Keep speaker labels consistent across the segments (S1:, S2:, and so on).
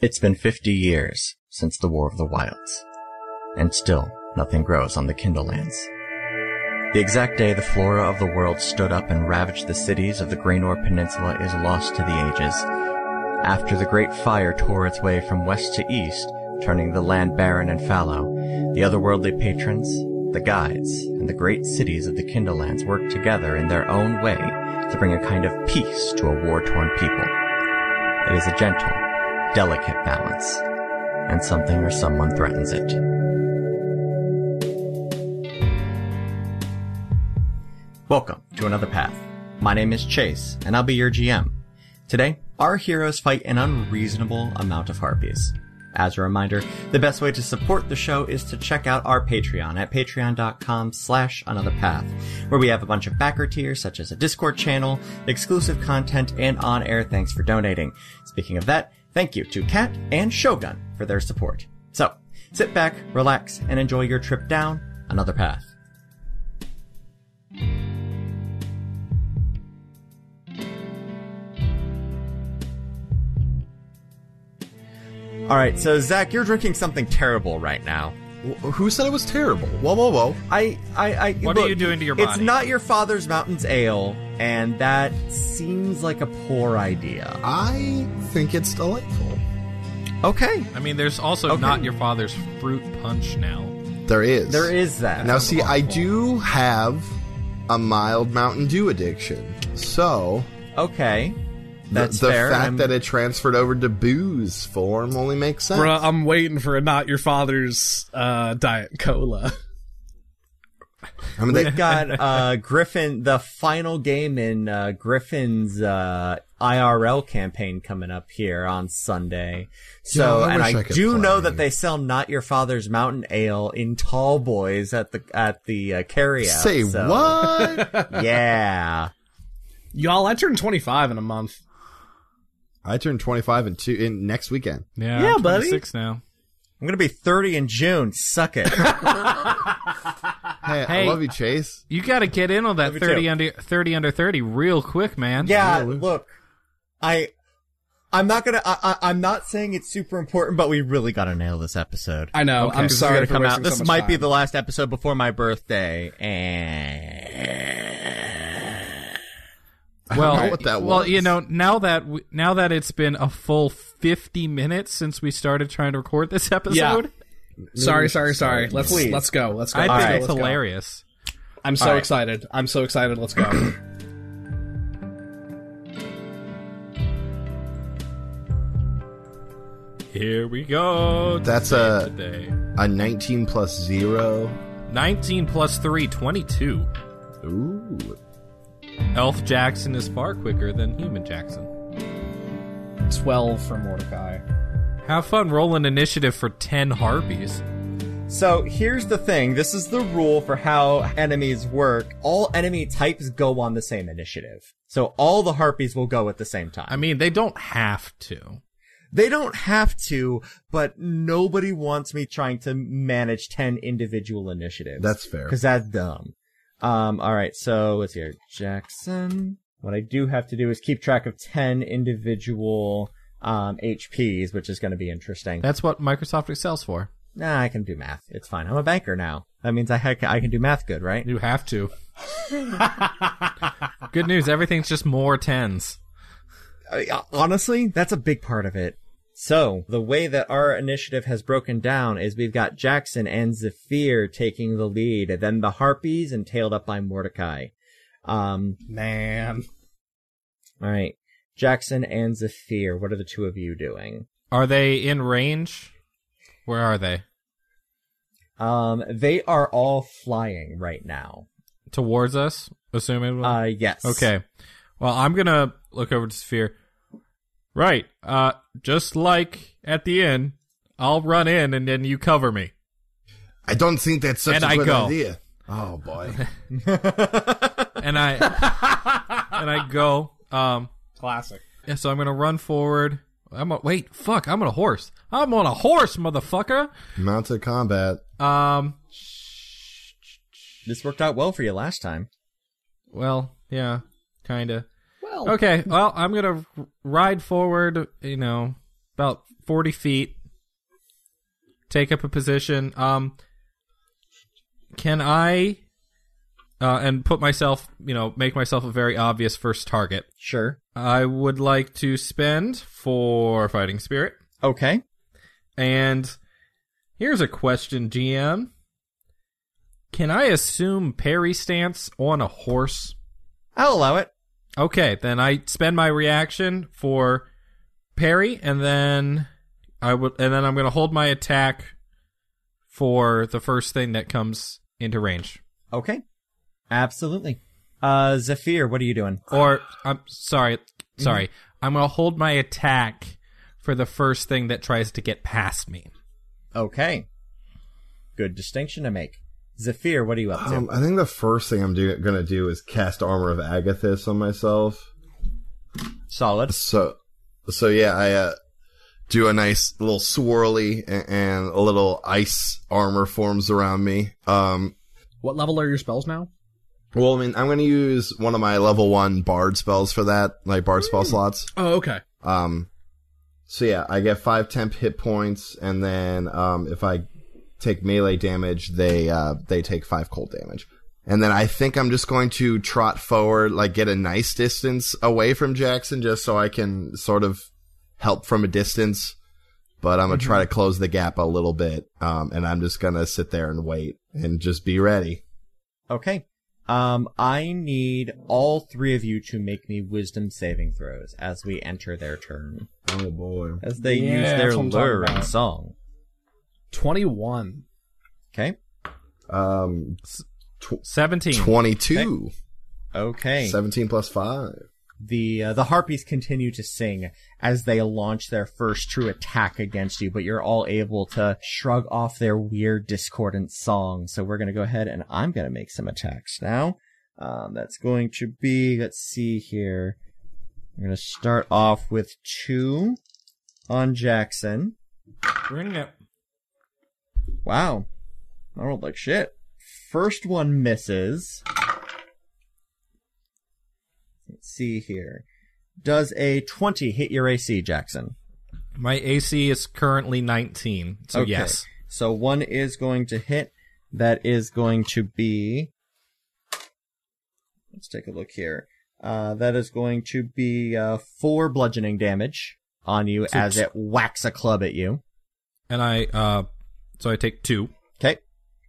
S1: It's been 50 years since the War of the Wilds, and still nothing grows on the Kindlelands. The exact day the flora of the world stood up and ravaged the cities of the Graynor Peninsula is lost to the ages. After the Great Fire tore its way from west to east, turning the land barren and fallow, the otherworldly patrons, the guides, and the great cities of the Kindlelands worked together in their own way to bring a kind of peace to a war-torn people. It is a gentle, delicate balance, and something or someone threatens it. Welcome to Another Path. My name is Chase, and I'll be your GM. Today, our heroes fight an unreasonable amount of harpies. As a reminder, the best way to support the show is to check out our Patreon at patreon.com slash another path, where we have a bunch of backer tiers such as a Discord channel, exclusive content, and on-air thanks for donating. Speaking of that, thank you to Kat and Shogun for their support. So, sit back, relax, and enjoy your trip down another path. All right, so Zach, you're drinking something terrible right now.
S2: Wh- Who said it was terrible? Whoa, whoa, whoa.
S1: I, I, I.
S3: What are you doing to your
S1: It's
S3: body?
S1: not your father's mountains ale, and that seems like a poor idea.
S2: I think it's delightful.
S1: Okay,
S3: I mean, there's also
S1: Okay.
S3: not your father's fruit punch now.
S2: There is.
S1: there is that.
S2: Now, see, I do have a mild Mountain Dew addiction. So,
S1: okay,
S2: the-
S1: that's
S2: the,
S1: fair.
S2: fact
S1: I'm-
S2: that it transferred over to booze form only makes sense.
S4: Bruh, I'm waiting for a not your father's uh, diet cola.
S2: I mean, they,
S1: we've got uh, Griffin, the final game in uh, Griffin's uh, IRL campaign coming up here on Sunday. So,
S2: Yeah, I
S1: and
S2: wish
S1: I,
S2: I could
S1: do
S2: play.
S1: know that they sell not your father's mountain ale in tall boys at the at the uh, carryout.
S2: say
S1: so-
S2: what?
S1: Yeah.
S4: Y'all, I turned 25 in a month.
S2: I turned 25 in two in next weekend.
S3: Yeah,
S4: Yeah,
S3: I'm
S4: buddy.
S3: 26 now.
S1: I'm gonna be 30 in June. Suck it.
S2: Hey, I
S3: Hey.
S2: love you, Chase.
S3: You got to get in on that
S1: Me
S3: 30
S1: too.
S3: under 30 under 30 real quick, man.
S1: yeah.
S2: Really?
S1: Look, I, I'm not gonna. I, I, I'm not saying it's super important, but we really gotta nail this episode.
S4: I know. Oh, I'm
S1: This is
S4: sorry
S1: gonna
S4: for
S1: come out.
S4: wasting so
S1: This
S4: much
S1: might be
S4: time.
S1: the last episode before my birthday, and
S2: I
S3: Well,
S2: don't know what that
S3: well,
S2: was.
S3: you know, now that we, now that it's been a full 50 minutes since we started trying to record this episode,
S4: Sorry, sorry, sorry. Let's
S1: Please.
S4: let's go. Let's go.
S3: I think
S4: Let's go,
S3: it's
S4: let's go.
S3: hilarious.
S4: I'm so
S1: All right.
S4: excited. I'm so excited. Let's go.
S3: Here we go.
S2: That's a
S3: today.
S2: a 19 plus zero.
S3: 19 plus 3 22.
S2: Ooh,
S3: Elf Jackson is far quicker than human Jackson.
S4: 12 for Mordecai.
S3: Have fun rolling initiative for 10 harpies.
S1: So here's the thing. This is the rule for how enemies work. All enemy types go on the same initiative. So all the harpies will go at the same time.
S3: I mean, they don't have to.
S1: They don't have to, but nobody wants me trying to manage 10 individual initiatives.
S2: that's fair.
S1: Cause that's dumb. Um, alright, so let's hear Jackson. What I do have to do is keep track of 10 individual, um, HPs, which is gonna be interesting.
S3: That's what Microsoft Excel's for.
S1: Nah, I can do math. It's fine. I'm a banker now. That means I, ha- I can do math good, right?
S3: You have to. Good news, everything's just more tens.
S1: I- honestly, that's a big part of it. So, the way that our initiative has broken down is we've got Jackson and Zephyr taking the lead, and then the Harpies and tailed up by Mordecai. Um,
S4: Man.
S1: all right. Jackson and Zephyr, what are the two of you doing?
S3: Are they in range? Where are they?
S1: Um, they are all flying right now.
S3: Towards us, assuming.
S1: Uh, yes.
S3: okay. Well, I'm gonna look over to Sphere. Right. Uh, just like at the end, I'll run in and then you cover me.
S2: I don't think that's such
S3: And
S2: a
S3: I
S2: good
S3: go.
S2: idea. Oh boy.
S3: And I and I go. Um.
S4: Classic.
S3: Yeah, so I'm gonna run forward. I'm a, wait. Fuck. I'm on a horse. I'm on a horse, motherfucker.
S2: Mounted combat.
S3: Um.
S1: This worked out well for you last time.
S3: Well, yeah, kind of.
S4: Well,
S3: Okay, well, I'm gonna r- ride forward, you know, about forty feet. Take up a position. Um, can I, uh, and put myself, you know, make myself a very obvious first target.
S1: Sure.
S3: I would like to spend for fighting spirit.
S1: Okay.
S3: And here's a question, GM. Can I assume parry stance on a horse?
S1: I'll allow it.
S3: Okay, then I spend my reaction for parry, and then I would, and then I'm going to hold my attack for the first thing that comes into range.
S1: Okay. Absolutely. Uh, Zephyr, what are you doing?
S3: Or I'm sorry, sorry, I'm going to hold my attack for the first thing that tries to get past me.
S1: Okay. Good distinction to make. Zephyr, what are you up to?
S2: Um, I think the first thing I'm do- gonna do is cast Armor of Agathis on myself.
S1: Solid.
S2: So, so yeah, I uh, do a nice little swirly and, and a little ice armor forms around me. Um,
S4: What level are your spells now?
S2: well, I mean, I'm gonna use one of my level one bard spells for that, like bard spell slots.
S4: Oh, okay.
S2: Um, so yeah, I get five temp hit points, and then um, if I take melee damage, they uh, they take five cold damage. And then I think I'm just going to trot forward, like get a nice distance away from Jackson, just so I can sort of help from a distance. But I'm gonna try to close the gap a little bit, um, and I'm just gonna sit there and wait and just be ready.
S1: Okay. Um, I need all three of you to make me wisdom saving throws as we enter their turn,
S2: Oh boy!
S1: as they
S4: Yeah,
S1: use their
S4: that's what I'm talking
S1: lure and
S4: about.
S1: song.
S4: 21.
S1: Okay.
S2: Um,
S3: Seventeen.
S2: twenty-two,
S1: Okay.
S2: seventeen plus five.
S1: the uh, the harpies continue to sing as they launch their first true attack against you, but you're all able to shrug off their weird discordant song. So we're gonna go ahead and I'm gonna make some attacks now. Um, that's going to be let's see here. I'm gonna start off with two on Jackson.
S3: Bring it.
S1: Wow, I rolled like shit. First one misses. Let's see here. Does a 20 hit your AC, Jackson?
S3: My AC is currently 19. So yes.
S1: So one is going to hit. That is going to be. Let's take a look here. Uh, that is going to be uh, four bludgeoning damage on you
S3: So
S1: as
S3: t-
S1: it whacks a club at you.
S3: And I uh so I take 2.
S1: Okay.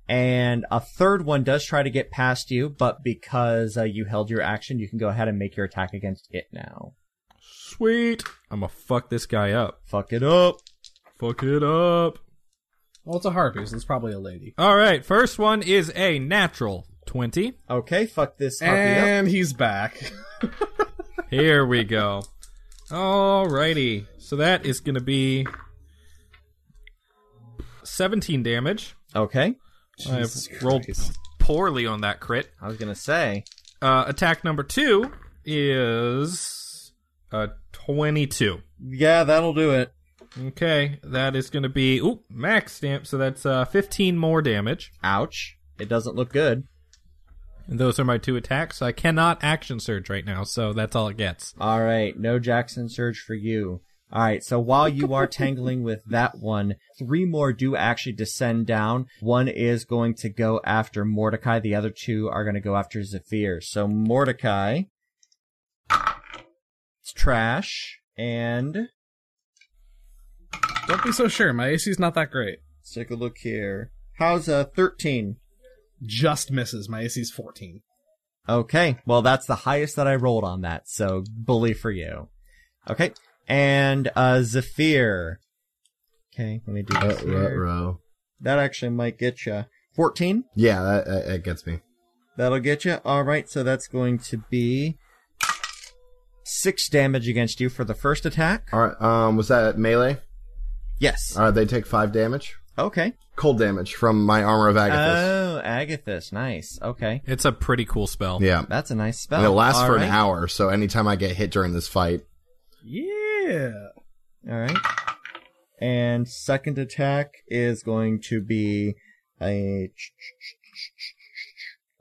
S1: And a third one does try to get past you, but because uh, you held your action, you can go ahead and make your attack against it now.
S3: Sweet. I'm gonna fuck this guy up.
S1: Fuck it up.
S3: Fuck it up.
S4: Well, it's a harpy, so it's probably a lady.
S3: All right, first one is a natural 20.
S1: Okay, fuck this harpy up.
S4: And he's back.
S3: Here we go. Alrighty. So that is going to be 17 damage.
S1: Okay.
S4: Jesus
S3: I have rolled
S4: Christ.
S3: poorly on that crit.
S1: I was gonna say.
S3: Uh, attack number two is a 22.
S1: Yeah, that'll do it.
S3: Okay, that is going to be ooh, max stamp, so that's uh, 15 more damage.
S1: Ouch. It doesn't look good.
S3: And those are my two attacks. I cannot action surge right now, so that's all it gets.
S1: All right, no Jackson Surge for you. All right, so while you are tangling with that one, three more do actually descend down. One is going to go after Mordecai. The other two are going to go after Zephyr. So Mordecai, it's trash, and
S4: Don't be so sure. My AC's not that great.
S1: let's take a look here. How's a thirteen?
S4: Just misses. My AC's 14.
S1: Okay. Well, that's the highest that I rolled on that. So bully for you. Okay. And, uh, Zephyr. Okay. Let me do
S2: Oh,
S1: this. here.
S2: row.
S1: That actually might get you. 14.
S2: Yeah, that, that, that gets me.
S1: That'll get you. All right. So that's going to be six damage against you for the first attack.
S2: All right. Um, was that melee?
S1: Yes.
S2: All right. They take five damage,
S1: Okay.
S2: cold damage from my armor of Agathis.
S1: Oh, Agathis. Nice. Okay.
S3: It's a pretty cool spell.
S2: yeah,
S1: That's a nice spell.
S2: and it lasts
S1: All
S2: for
S1: right.
S2: an hour. So anytime I get hit during this fight,
S4: Yeah.
S1: All right. And second attack is going to be a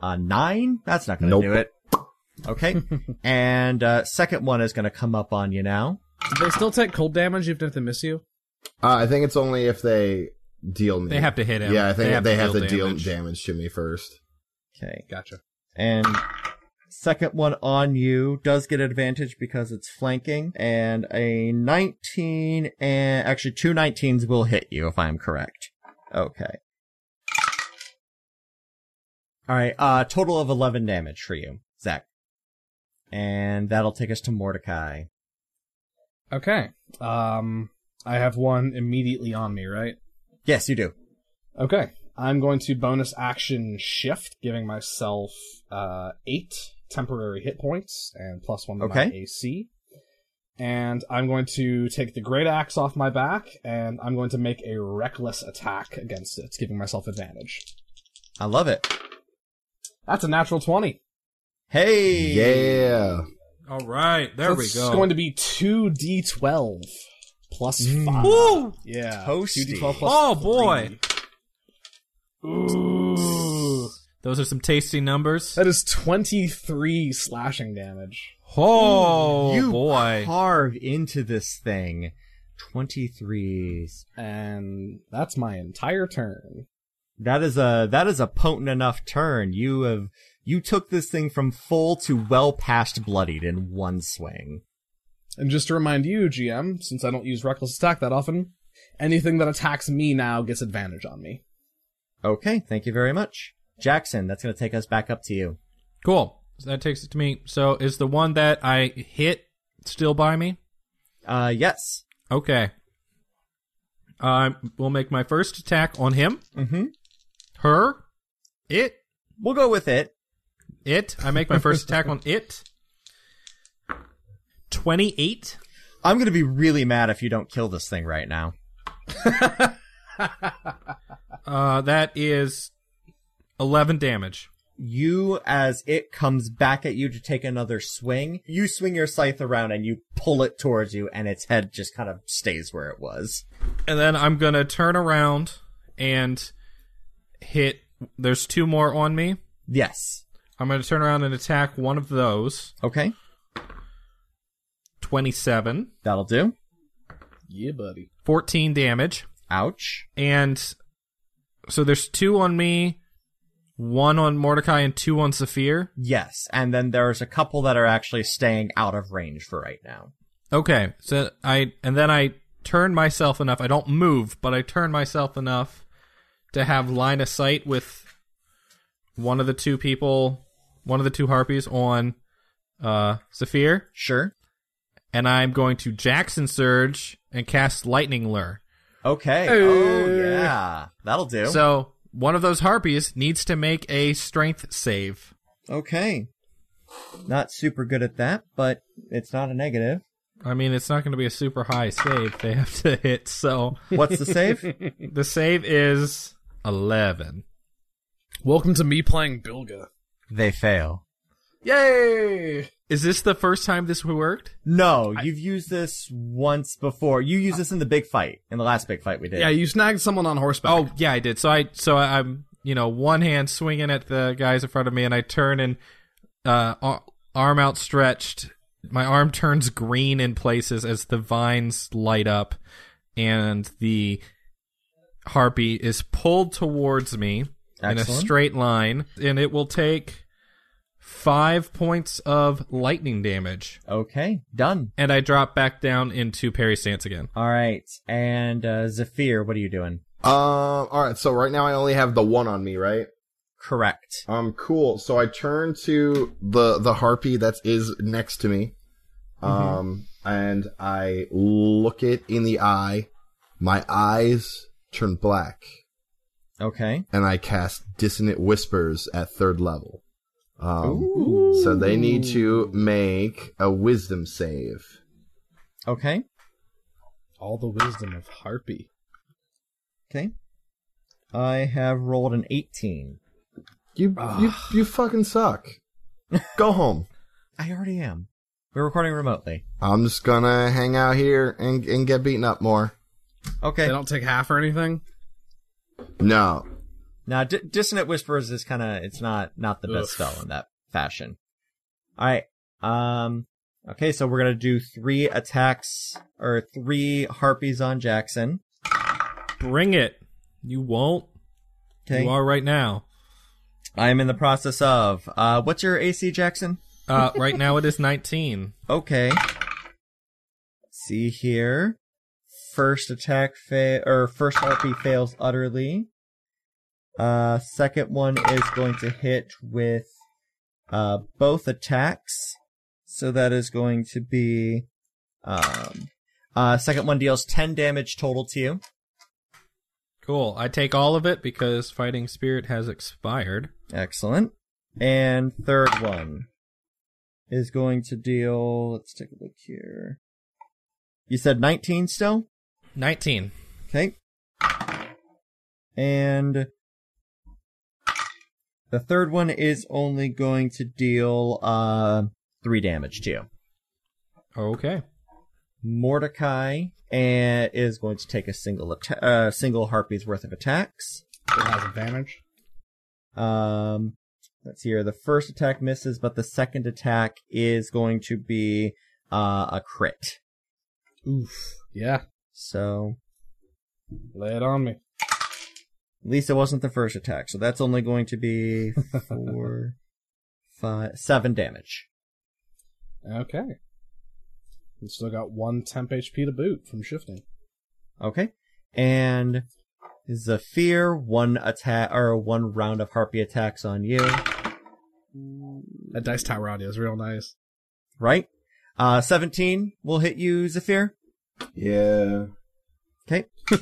S1: a nine. That's not going to
S2: Nope.
S1: do it. Okay. and uh, second one is going to come up on you now.
S4: Do they still take cold damage even if they miss you?
S2: Uh, I think it's only if they deal me.
S3: They have to hit him.
S2: Yeah, I think they have,
S3: to
S2: to deal damage. to me first.
S1: Okay.
S4: Gotcha.
S1: And second one on you does get advantage because it's flanking. And a 19 and actually two 19s will hit you if I'm correct. Okay. All right. Uh, total of 11 damage for you, Zach. And that'll take us to Mordecai.
S4: Okay. Um, I have one immediately on me, right?
S1: Yes, you do.
S4: Okay. I'm going to bonus action shift, giving myself uh, eight temporary hit points and plus one to my
S1: Okay.
S4: AC. And I'm going to take the great axe off my back, and I'm going to make a reckless attack against it, giving myself advantage.
S1: I love it.
S4: That's a natural twenty.
S1: Hey.
S2: Yeah.
S3: All right, there
S4: That's
S3: we go.
S4: going to be two d twelve plus five.
S3: Woo!
S4: Yeah,
S1: Toasty.
S4: two d twelve plus.
S3: Oh boy,
S4: three. Ooh.
S3: those are some tasty numbers.
S4: That is 23 slashing damage.
S3: Oh
S1: you
S3: boy,
S1: carve into this thing. 23
S4: And that's my entire turn.
S1: That is a that is a potent enough turn. You have you took this thing from full to well past bloodied in one swing.
S4: And just to remind you, GM, since I don't use reckless attack that often, anything that attacks me now gets advantage on me.
S1: Okay, thank you very much, Jackson. That's going to take us back up to you.
S3: cool. So that takes it to me. So is the one that I hit still by me?
S1: Uh, yes.
S3: Okay. I will make my first attack on him,
S1: Mm-hmm.
S3: her, it,
S1: We'll go with it.
S3: it. I make my first attack on it. Twenty-eight.
S1: I'm going to be really mad if you don't kill this thing right now.
S3: Uh, that is eleven damage.
S1: You, as it comes back at you to take another swing, you swing your scythe around and you pull it towards you, and its head just kind of stays where it was.
S3: And then I'm gonna turn around and hit. There's two more on me.
S1: Yes.
S3: I'm gonna turn around and attack one of those.
S1: Okay,
S3: Twenty-seven,
S1: that'll do.
S4: Yeah, buddy.
S3: fourteen damage,
S1: Ouch.
S3: and so there's two on me, one on Mordecai and two on Saphir.
S1: Yes, and then there's a couple that are actually staying out of range for right now.
S3: Okay, so I and then I turn myself enough. I don't move, but I turn myself enough to have line of sight with one of the two people, one of the two harpies on uh Saphir.
S1: Sure.
S3: and I'm going to Jackson Surge and cast Lightning Lure.
S1: Okay.
S4: Hey.
S1: Oh yeah, that'll do.
S3: So one of those harpies needs to make a Strength save.
S1: okay. Not super good at that, but it's not a negative.
S3: I mean, it's not going to be a super high save they have to hit. So
S1: What's the save?
S3: the save is eleven.
S4: Welcome to me playing Bilga.
S1: they fail.
S4: Yay!
S3: Is this the first time this worked?
S1: No, you've used this once before. You used this in the big fight, in the last big fight we did.
S4: Yeah, you snagged someone on horseback.
S3: Oh yeah, I did. So I so I, I'm you know one hand swinging at the guys in front of me, and I turn and uh, ar- arm outstretched. My arm turns green in places as the vines light up, and the harpy is pulled towards me in a
S1: Excellent.
S3: straight line, and it will take five points of lightning damage.
S1: okay, done.
S3: And I drop back down into parry stance again.
S1: All right, and uh, Zephyr, what are you doing?
S2: Um. All right. So right now I only have the one on me, right?
S1: Correct.
S2: Um. Cool. So I turn to the the harpy that is next to me. Um. And I look it in the eye. My eyes turn black,
S1: Okay.
S2: and I cast dissonant whispers at third level. Um.
S1: Ooh.
S2: So they need to make a wisdom save.
S1: Okay.
S4: All the wisdom of Harpy.
S1: Okay. I have rolled an 18.
S2: You you you fucking suck. Go home.
S1: I already am. We're recording remotely.
S2: I'm just gonna hang out here and and get beaten up more.
S4: They
S1: Okay.
S4: don't take half or anything?
S2: No.
S1: Now, di- dissonant whispers is kind of it's not not the best
S4: Oof.
S1: spell in that fashion. All right. Um. Okay, so we're gonna do three attacks or three harpies on Jackson.
S3: Bring it. You won't.
S1: Okay,
S3: You are right now.
S1: I'm in the process of. Uh, what's your AC, Jackson?
S3: Uh, right now it is 19.
S1: Okay. Let's see here. First attack fail or first harpy fails utterly. Uh, second one is going to hit with uh both attacks. So that is going to be um uh second one deals 10 damage total to you.
S3: Cool. I take all of it because Fighting Spirit has expired.
S1: Excellent. And third one is going to deal. Let's take a look here. You said 19 still?
S3: 19.
S1: Okay. And the third one is only going to deal uh, three damage to you.
S3: Okay.
S1: Mordecai and is going to take a single atta- uh, single harpy's worth of attacks.
S4: It has advantage.
S1: Um, let's see here. The first attack misses, but the second attack is going to be uh, a crit.
S4: Oof. Yeah.
S1: So
S4: Lay it on me.
S1: At least it wasn't the first attack, so that's only going to be four, five, seven damage.
S4: Okay. We still got one temp HP to boot from shifting.
S1: Okay, and Zephyr, one attack or one round of harpy attacks on you,
S4: That dice tower audio is real nice.
S1: right? Uh, seventeen will hit you, Zephyr.
S2: Yeah.
S1: Okay,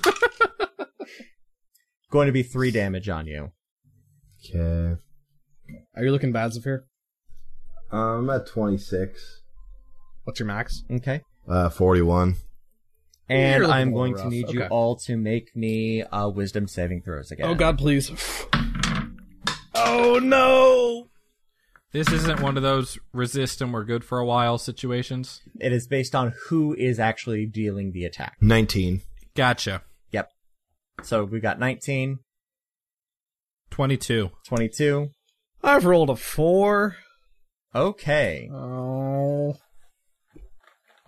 S1: going to be three damage on you.
S2: Okay.
S4: Are you looking bad, Zephyr?
S2: Um, I'm at 26.
S4: What's your max?
S1: Okay,
S2: Uh, 41.
S1: and
S4: You're looking
S1: I'm
S4: a little
S1: going to
S4: rough.
S1: need you
S4: Okay.
S1: all to make me uh, wisdom saving throws again.
S4: Oh God, please.
S3: Oh no! This isn't one of those resist and we're good for a while situations.
S1: It is based on who is actually dealing the attack.
S2: 19.
S3: Gotcha.
S1: Yep. So we got 19,
S3: 22.
S1: 22.
S4: I've rolled a four.
S1: Okay.
S4: Oh.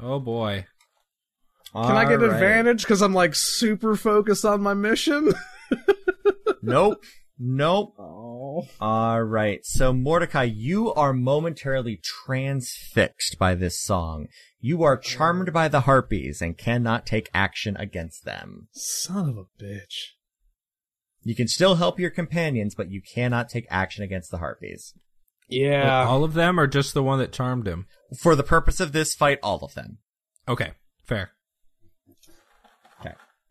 S3: Oh boy.
S4: Can I get
S1: All right.
S4: advantage because I'm like super focused on my mission?
S1: Nope. Nope.
S4: Oh.
S1: All right. So Mordecai, you are momentarily transfixed by this song. You are charmed by the harpies and cannot take action against them.
S4: Son of a bitch.
S1: You can still help your companions, but you cannot take action against the harpies.
S4: Yeah.
S3: All of them or just the one that charmed him?
S1: For the purpose of this fight, all of them.
S3: Okay. Fair.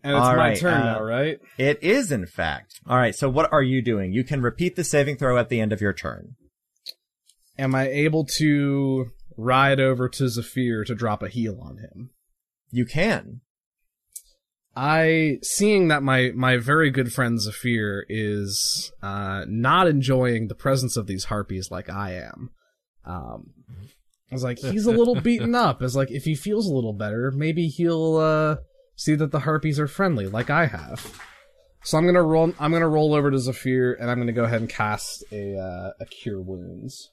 S4: And it's
S1: All
S4: my
S1: right,
S4: turn
S1: uh,
S4: now, right?
S1: It is, in fact. All right. So what are you doing? You can repeat the saving throw at the end of your turn.
S4: Am I able to ride over to Zephyr to drop a heal on him?
S1: You can.
S4: I seeing that my my very good friend Zephyr is uh, not enjoying the presence of these harpies like I am. Um, I was like, he's a little beaten up. As like, if he feels a little better, maybe he'll uh, see that the harpies are friendly, like I have. So I'm gonna roll. I'm gonna roll over to Zephyr, and I'm gonna go ahead and cast a uh, a cure wounds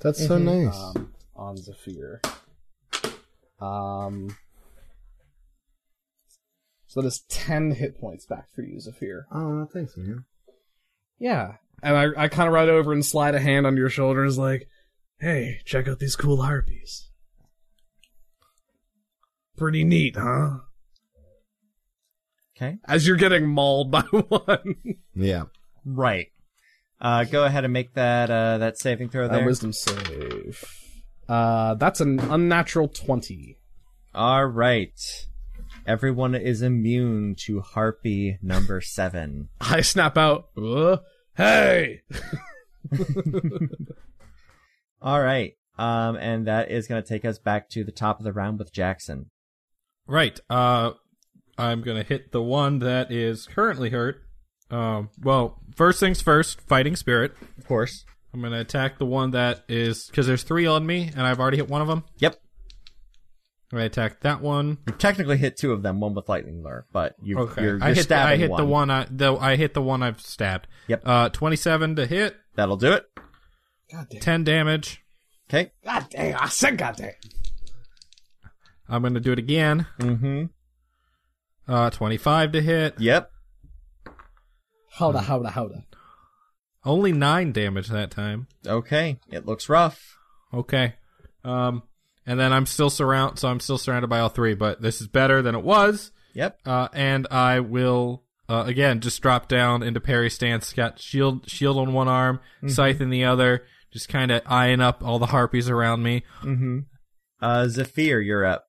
S2: That's so nice.
S4: um, on Zephyr. Um, so that is 10 hit points back for you, Zephyr.
S2: oh, thanks, man.
S4: Yeah. And I, I kind of ride over and slide a hand on your shoulders, like, hey, check out these cool harpies. Pretty neat, huh?
S1: Okay.
S4: As you're getting mauled by one.
S2: Yeah.
S1: Right. Uh, go ahead and make that uh, that saving throw
S4: Uh,
S1: there.
S4: wisdom save. Uh, that's an unnatural 20.
S1: All right. Everyone is immune to harpy number seven.
S4: I snap out, "Uh, hey!
S1: All right. Um, and that is going to take us back to the top of the round with Jackson.
S3: Right. Uh I'm gonna hit the one that is currently hurt. Um well, first things first, fighting spirit.
S1: Of course.
S3: I'm gonna attack the one that is because there's three on me and I've already hit one of them.
S1: Yep.
S3: I'm gonna attack that one.
S1: You technically hit two of them, one with lightning lure, but you,
S3: Okay.
S1: you're, you're
S3: I hit the,
S1: stabbing
S3: I hit the one I the, I hit the one I've stabbed.
S1: Yep.
S3: Uh, 27 to hit,
S1: That'll do it.
S4: God damn.
S3: 10 damage.
S1: Okay.
S4: God damn. I said God damn.
S3: I'm going to do it again.
S1: Mm-hmm.
S3: Uh, 25 to hit.
S1: Yep.
S4: Howda, howda, howda.
S3: Only nine damage that time.
S1: Okay. It looks rough.
S3: Okay. Um, and then I'm still surround, so I'm still surrounded by all three. But this is better than it was.
S1: Yep.
S3: Uh, and I will uh, again just drop down into parry stance. Got shield shield on one arm,
S1: Mm-hmm.
S3: scythe in the other. Just kind of eyeing up all the harpies around me.
S1: Mm-hmm. Uh, Zephyr, you're up.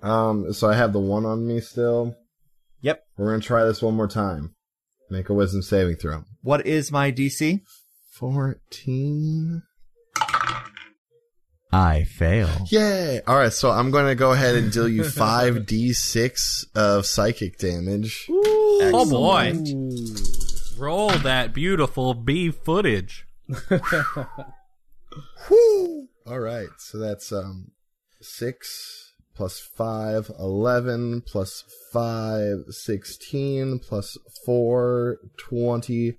S2: Um, so I have the one on me still.
S1: Yep.
S2: We're gonna try this one more time. Make a wisdom saving throw.
S1: What is my DC?
S2: Fourteen.
S5: I fail.
S2: Yay! All right, so I'm gonna go ahead and deal you five d6 of psychic damage.
S3: Oh boy! Roll that beautiful B footage.
S2: Woo! All right, so that's um six plus five, eleven plus five, sixteen plus four, twenty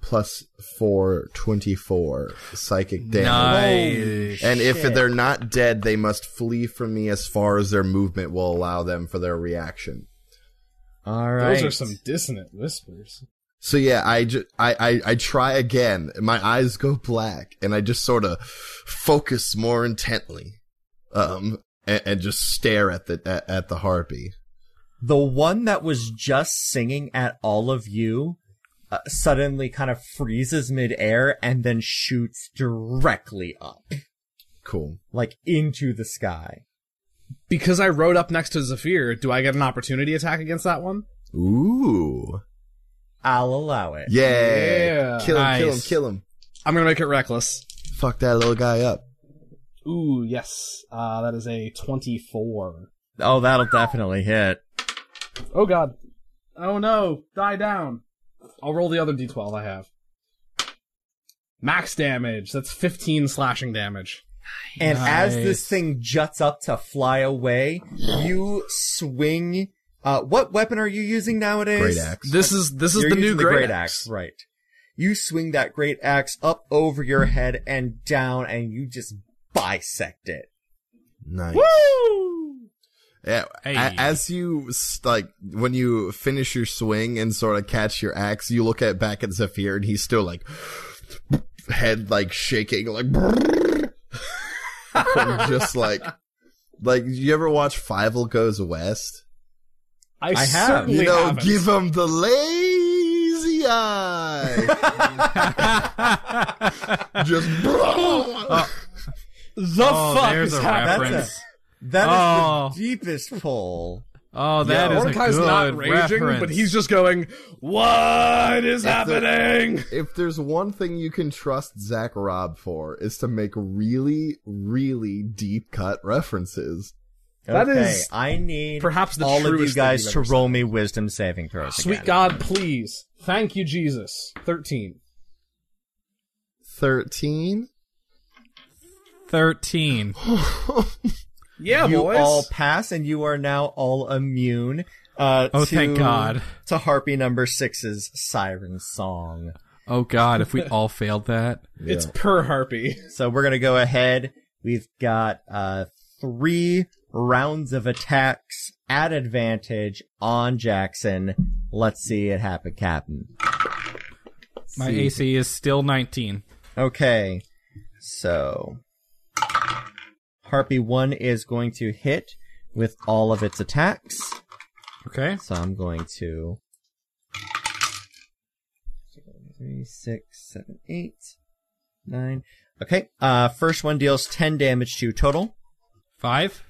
S2: plus four, twenty-four psychic damage.
S3: Nice.
S2: And if they're not dead, they must flee from me as far as their movement will allow them for their reaction.
S1: All right.
S4: Those are some dissonant whispers.
S2: So yeah, I, ju- I, I, I try again. My eyes go black and I just sort of focus more intently. Um, and, and just stare at the, at, at the harpy.
S1: the one that was just singing at all of you uh, suddenly kind of freezes midair and then shoots directly up,
S2: Cool.
S1: like into the sky.
S4: Because I rode up next to Zephyr, do I get an opportunity attack against that one?
S2: Ooh.
S1: I'll allow it.
S2: Yay.
S4: Yeah.
S2: Kill him, kill him,
S3: Nice.
S2: kill him.
S4: I'm gonna make it reckless.
S2: Fuck that little guy up.
S4: Ooh, yes. Uh, that is a 24.
S1: Oh, that'll definitely hit.
S4: Oh god. Oh no, die down. I'll roll the other d12 I have. Max damage. That's 15 slashing damage.
S1: And as
S3: Nice.
S1: this thing juts up to fly away, you swing. Uh, what weapon are you using nowadays?
S2: Great axe.
S4: This is this is
S1: You're
S4: the
S1: using
S4: new great, axe.
S1: Right. You swing that great axe up over your head and down, and you just bisect it.
S2: Nice. Yeah,
S3: Hey.
S2: a- as you s- like when you finish your swing and sort of catch your axe, you look at back at Zephyr and he's still like head like shaking like from just like like you ever watch Fievel Goes West?
S4: I,
S1: have.
S4: certainly
S2: you know,
S4: haven't.
S2: give him the lazy eye. just
S4: the
S3: Oh,
S4: fuck
S3: there's
S4: is
S3: a
S4: happening?
S3: reference.
S1: That is
S3: Oh.
S1: the deepest pull.
S3: Oh, that
S2: Yo.
S3: is
S4: Mordecai's
S3: a good
S4: not raging,
S3: reference.
S4: but he's just going, "What is
S2: That's the-
S4: happening?"
S2: if there's one thing you can trust Zach Robb for is to make really, really deep cut references.
S4: That
S1: okay,
S4: is
S1: I need
S4: perhaps the
S1: all of you
S4: truest thing
S1: guys
S4: you've
S1: to
S4: ever
S1: roll me wisdom saving throws.
S4: Sweet
S1: again.
S4: God, please, thank you, Jesus. Thirteen.
S2: 13.
S3: 13.
S4: Yeah,
S1: you
S4: boys.
S1: all pass, and you are now all immune. Uh,
S3: Oh,
S1: to,
S3: thank God.
S1: To Harpy number six's siren song.
S3: Oh god, if we all failed that.
S4: It's per harpy.
S1: So we're gonna go ahead. We've got uh three rounds of attacks at advantage on Jackson. Let's see it happen, Captain.
S3: My
S1: See.
S3: AC is still 19.
S1: Okay. So Harpy 1 is going to hit with all of its attacks.
S3: Okay.
S1: So I'm going to three, six, seven, eight, nine. Okay. Uh first one deals 10 damage to you total.
S3: 5.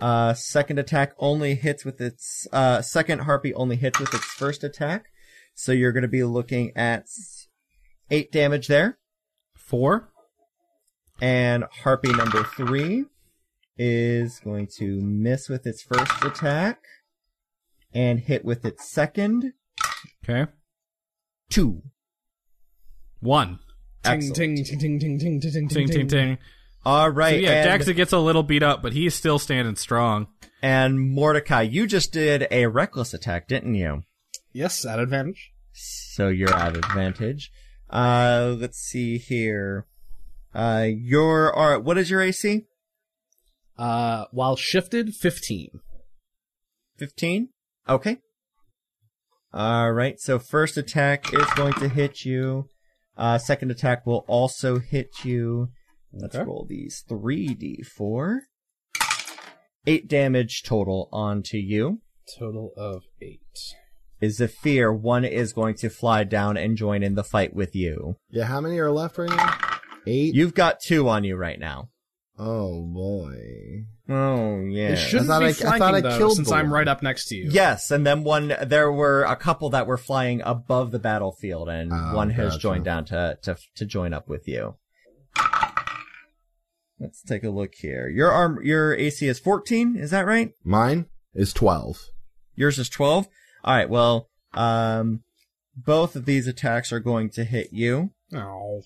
S1: Uh second attack only hits with its uh second harpy only hits with its first attack. So you're going to be looking at 8 damage there.
S3: 4.
S1: And Harpy number three is going to miss with its first attack and hit with its second.
S3: Okay.
S1: Two.
S3: 1.
S4: Ting
S1: Excellent.
S4: ting ting ting ting ting ting
S3: Ting ting ting.
S1: All
S3: So
S1: right.
S3: yeah,
S1: and,
S3: Jackson gets a little beat up, but he's still standing strong.
S1: and Mordecai, you just did a reckless attack, didn't you?
S4: Yes, at advantage.
S1: So you're at advantage. Uh, let's see here. Uh, your all right. What is your AC?
S4: Uh, while shifted, 15.
S1: Fifteen. Okay. All right. So first attack is going to hit you. Uh, second attack will also hit you. Let's
S4: Okay.
S1: roll these three d four. Eight damage total onto you.
S4: Total of 8.
S1: Is a fear one is going to fly down and join in the fight with you.
S2: Yeah, how many are left right now? Eight.
S1: You've got two on you right now.
S2: oh boy.
S1: Oh yeah.
S4: It shouldn't
S2: I thought
S4: be
S2: I- I
S4: flanking,
S2: thought I
S4: though,
S2: killed
S4: since
S2: the
S4: I'm
S2: one.
S4: right up next to you.
S1: Yes, and then one there were a couple that were flying above the battlefield and
S2: Oh,
S1: one has
S2: gotcha.
S1: joined down to, to to join up with you. Let's take a look here. Your arm your AC is 14, is that right?
S2: Mine is twelve.
S1: Yours is 12. All right, well, um both of these attacks are going to hit you.
S4: Oh.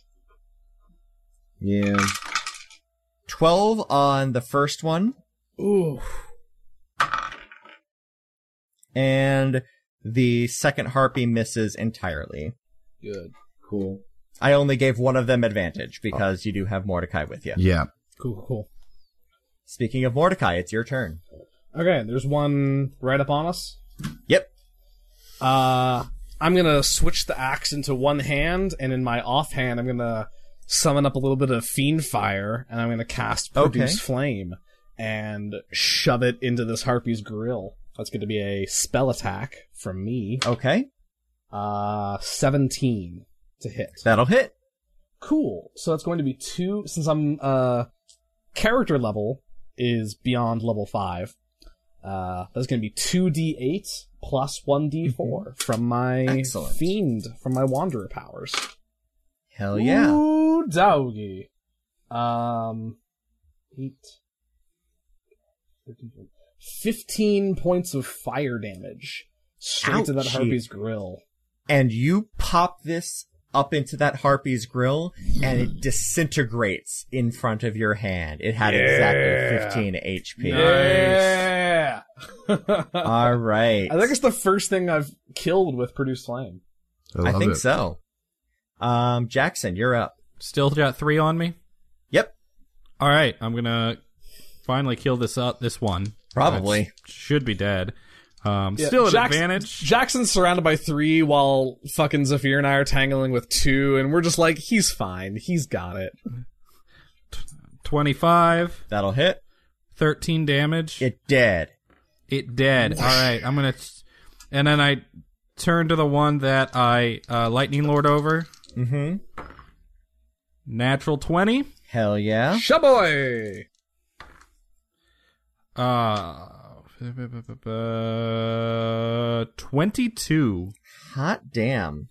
S2: Yeah.
S1: 12 on the first one
S4: Ooh.
S1: and the second harpy misses entirely.
S4: Good.
S2: Cool.
S1: I only gave one of them advantage because you do have Mordecai with you.
S2: Yeah.
S4: Cool, cool.
S1: Speaking of Mordecai, it's your turn.
S4: Okay, there's one right up on us.
S1: Yep.
S4: Uh, I'm gonna switch the axe into one hand, and in my offhand, I'm gonna summon up a little bit of fiend fire, and I'm gonna cast produce
S1: Okay.
S4: flame and shove it into this harpy's grill. That's gonna be a spell attack from me.
S1: Okay.
S4: Uh, 17 to hit.
S1: That'll hit.
S4: Cool. So that's going to be two. Since I'm uh, character level is beyond level five. Uh, that's going to be two d eight plus one d four from my
S1: Mm-hmm. Excellent.
S4: fiend from my wanderer powers.
S1: Hell yeah.
S4: Ooh, doggy. Um, eight. 13, Fifteen points of fire damage straight to that
S1: Ouchie.
S4: harpy's grill.
S1: And you pop this up into that harpy's grill and it disintegrates in front of your hand. It had exactly 15 HP.
S4: Yeah.
S1: All right.
S4: I think it's the first thing I've killed with produced flame.
S2: I,
S1: I
S2: love
S1: think
S2: it.
S1: so. Um, Jackson, you're up.
S3: Still got three on me.
S1: Yep.
S3: All right, I'm gonna finally kill this up. This one
S1: Probably.
S3: That's- should be dead. Um, still an
S4: Jackson-
S3: advantage.
S4: Jackson's surrounded by three, while fucking Zafir and I are tangling with two, and we're just like, he's fine, he's got it.
S3: 25,
S1: That'll hit.
S3: 13 damage.
S1: It dead.
S3: It dead. All right, I'm gonna, and then I turn to the one that I uh, lightning lord over.
S1: Mm-hmm.
S3: Natural 20.
S1: Hell yeah.
S4: Shaboy!
S3: Uh, 22.
S1: Hot damn.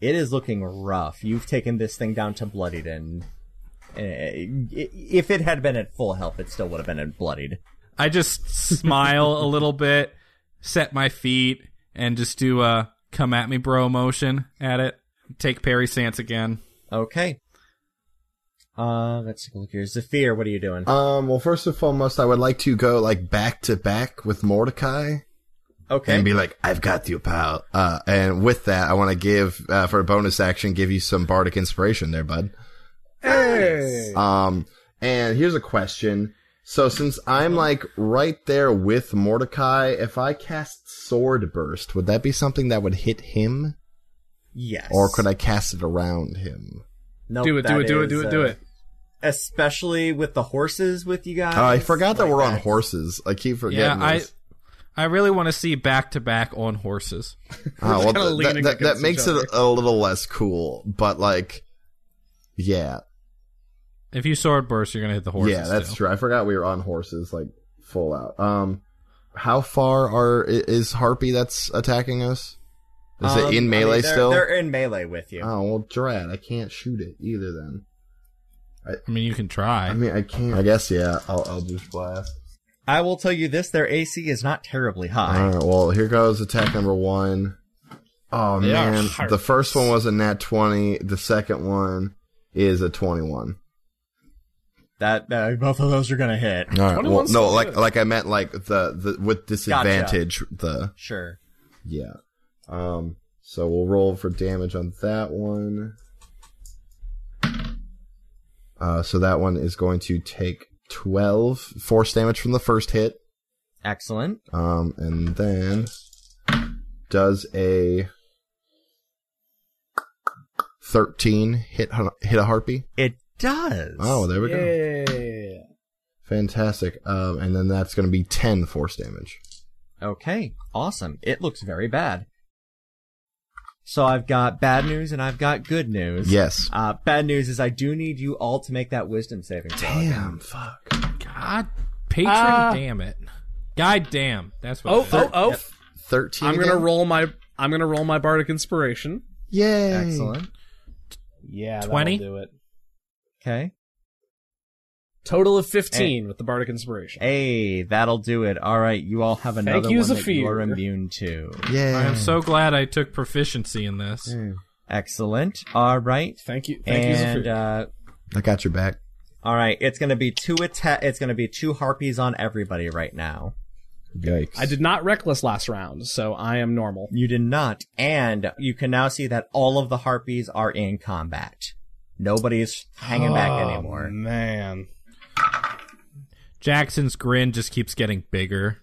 S1: It is looking rough. You've taken this thing down to bloodied and uh, if it had been at full health, it still would have been at bloodied.
S3: I just smile a little bit, set my feet, and just do a come at me, bro motion at it. Take Perry Sans again.
S1: Okay. Uh, let's take a look here. Zephyr, what are you doing?
S2: Um. Well, first and foremost, I would like to go like back to back with Mordecai
S1: Okay.
S2: and be like, "I've got you, pal." Uh, and with that, I want to give uh, for a bonus action, give you some bardic inspiration there, bud.
S4: Hey!
S2: Um, and here's a question. So since I'm like right there with Mordecai, if I cast Sword Burst, would that be something that would hit him,
S1: yes.
S2: or could I cast it around him?
S1: Nope,
S4: do it, do
S1: that
S4: it, do it,
S1: is,
S4: do it,
S1: uh,
S4: do it.
S1: Especially with the horses with you guys.
S2: Oh, I forgot that
S1: like
S2: we're on horses. I keep
S3: Yeah,
S2: forgetting.
S3: I,
S2: this.
S3: I really want to see back to back on horses.
S2: Oh, well,
S4: kinda
S2: th-
S4: leaning
S2: that, that, that
S4: against
S2: makes
S4: each
S2: it
S4: other.
S2: a little less cool, but like, yeah,
S3: If you sword burst, you're gonna hit the horses.
S2: yeah, that's
S3: too.
S2: true. I forgot we were on horses, like full out. Um, how far are i- is Harpy that's attacking us? Is
S1: Um,
S2: it in
S1: I
S2: melee
S1: mean, they're-
S2: still?
S1: They're in melee with you.
S2: Oh well, drat! I can't shoot it either. Then
S3: I mean, you can try.
S2: I mean, I can't. I guess yeah. I'll Eldritch Blast.
S1: I will tell you this, their AC is not terribly high.
S2: All right. Well, here goes attack number one. Oh
S4: They are
S2: man, the
S4: heartless.
S2: first one was a nat twenty. The second one is a twenty-one.
S1: That, uh, both of those are gonna hit.
S2: All right. Well,
S4: 21's so
S2: no, like
S4: good.
S2: like I meant like the, the with disadvantage the
S1: Sure.
S2: yeah. Um. So we'll roll for damage on that one. Uh, so that one is going to take 12 force damage from the first hit.
S1: Excellent.
S2: Um, and then does a 13 hit hit a harpy.
S1: It does.
S2: Oh, there we go.
S4: Yeah.
S2: Fantastic. Um, and then that's going to be 10 force damage.
S1: Okay, awesome. It looks very bad. So I've got bad news and I've got good news.
S2: Yes.
S1: Uh, bad news is I do need you all to make that wisdom saving throw.
S2: Damn, fuck.
S3: God, patron,
S4: Ah.
S3: damn it. God damn. That's what.
S4: Oh,
S3: it is.
S4: oh, oh.
S2: 13.
S4: I'm gonna
S2: again?
S4: roll my I'm gonna roll my bardic inspiration.
S2: Yay.
S1: Excellent.
S4: Yeah,
S3: 20?
S4: Do it.
S1: Okay.
S4: Total of fifteen with the bardic inspiration.
S1: Hey, that'll do it. All right, you all have another
S4: you,
S1: one that you
S4: Zephyr.
S1: are immune to.
S2: Yay.
S3: I am so glad I took proficiency in this.
S1: Excellent. All right.
S4: Thank you, thank you,
S1: and
S4: Zephyr.
S1: uh,
S2: I got your back.
S1: all right, it's gonna be two atta- It's gonna be two harpies on everybody right now.
S2: Yikes.
S4: I did not reckless last round, so I am normal.
S1: You did not, and you can now see that all of the harpies are in combat. Nobody's hanging back
S4: Oh,
S1: anymore.
S4: Man,
S3: Jackson's grin just keeps getting bigger.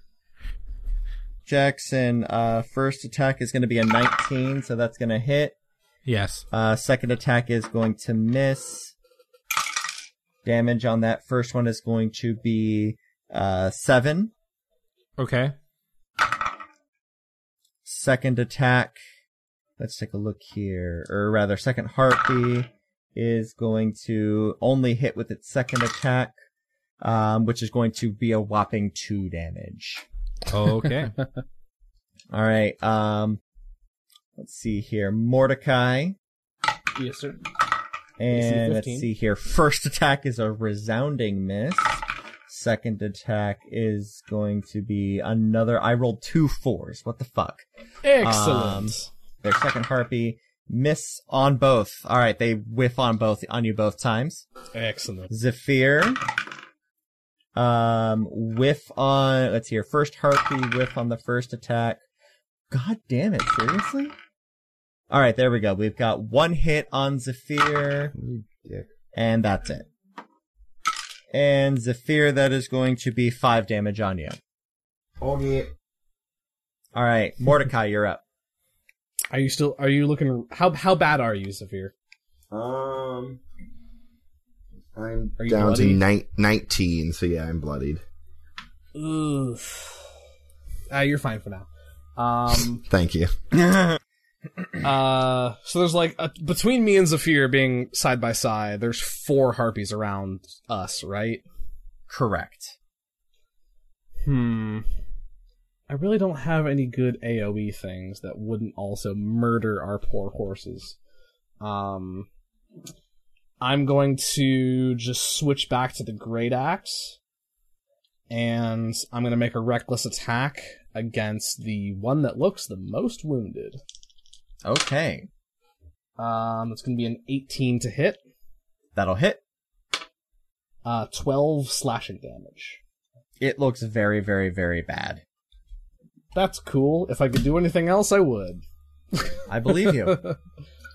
S1: Jackson, uh, first attack is going to be a 19, so that's going to hit.
S3: Yes.
S1: Uh, second attack is going to miss. Damage on that first one is going to be uh, 7.
S3: Okay.
S1: Second attack, let's take a look here. Or rather, second harpy is going to only hit with its second attack, um, which is going to be a whopping 2 damage.
S3: Okay.
S1: All right. Um, let's see here. Mordecai.
S4: yes, sir.
S1: And let's
S4: 15.
S1: see here. First attack is a resounding miss. Second attack is going to be another. I rolled two fours. What the fuck?
S4: Excellent.
S1: Their second harpy miss on both. All right, they whiff on both on you both times.
S4: Excellent.
S1: Zephyr. Um, whiff on. Let's see here. First harpy whiff on the first attack. God damn it! Seriously. All right, there we go. We've got one hit on Zephyr.
S2: Dick.
S1: And that's it. And Zephyr, that is going to be five damage on you.
S2: Okay.
S1: All right, Mordecai, you're up.
S4: Are you still? Are you looking? How how bad are you, Zephyr?
S2: Um, I'm
S4: Are you
S2: down
S4: bloody?
S2: to ni- 19, so yeah, I'm bloodied.
S4: Oof. Ah, you're fine for now. Um.
S2: Thank you.
S4: Uh, so there's like a, between me and Zephyr being side by side, there's four harpies around us, right?
S1: Correct.
S4: Hmm. I really don't have any good AOE things that wouldn't also murder our poor horses. Um, I'm going to just switch back to the great axe, and I'm going to make a reckless attack against the one that looks the most wounded.
S1: Okay,
S4: Um, it's going to be an 18 to hit.
S1: that'll hit.
S4: uh, 12 slashing damage.
S1: It looks very, very, very bad.
S4: That's cool. If I could do anything else, I would.
S1: I believe you,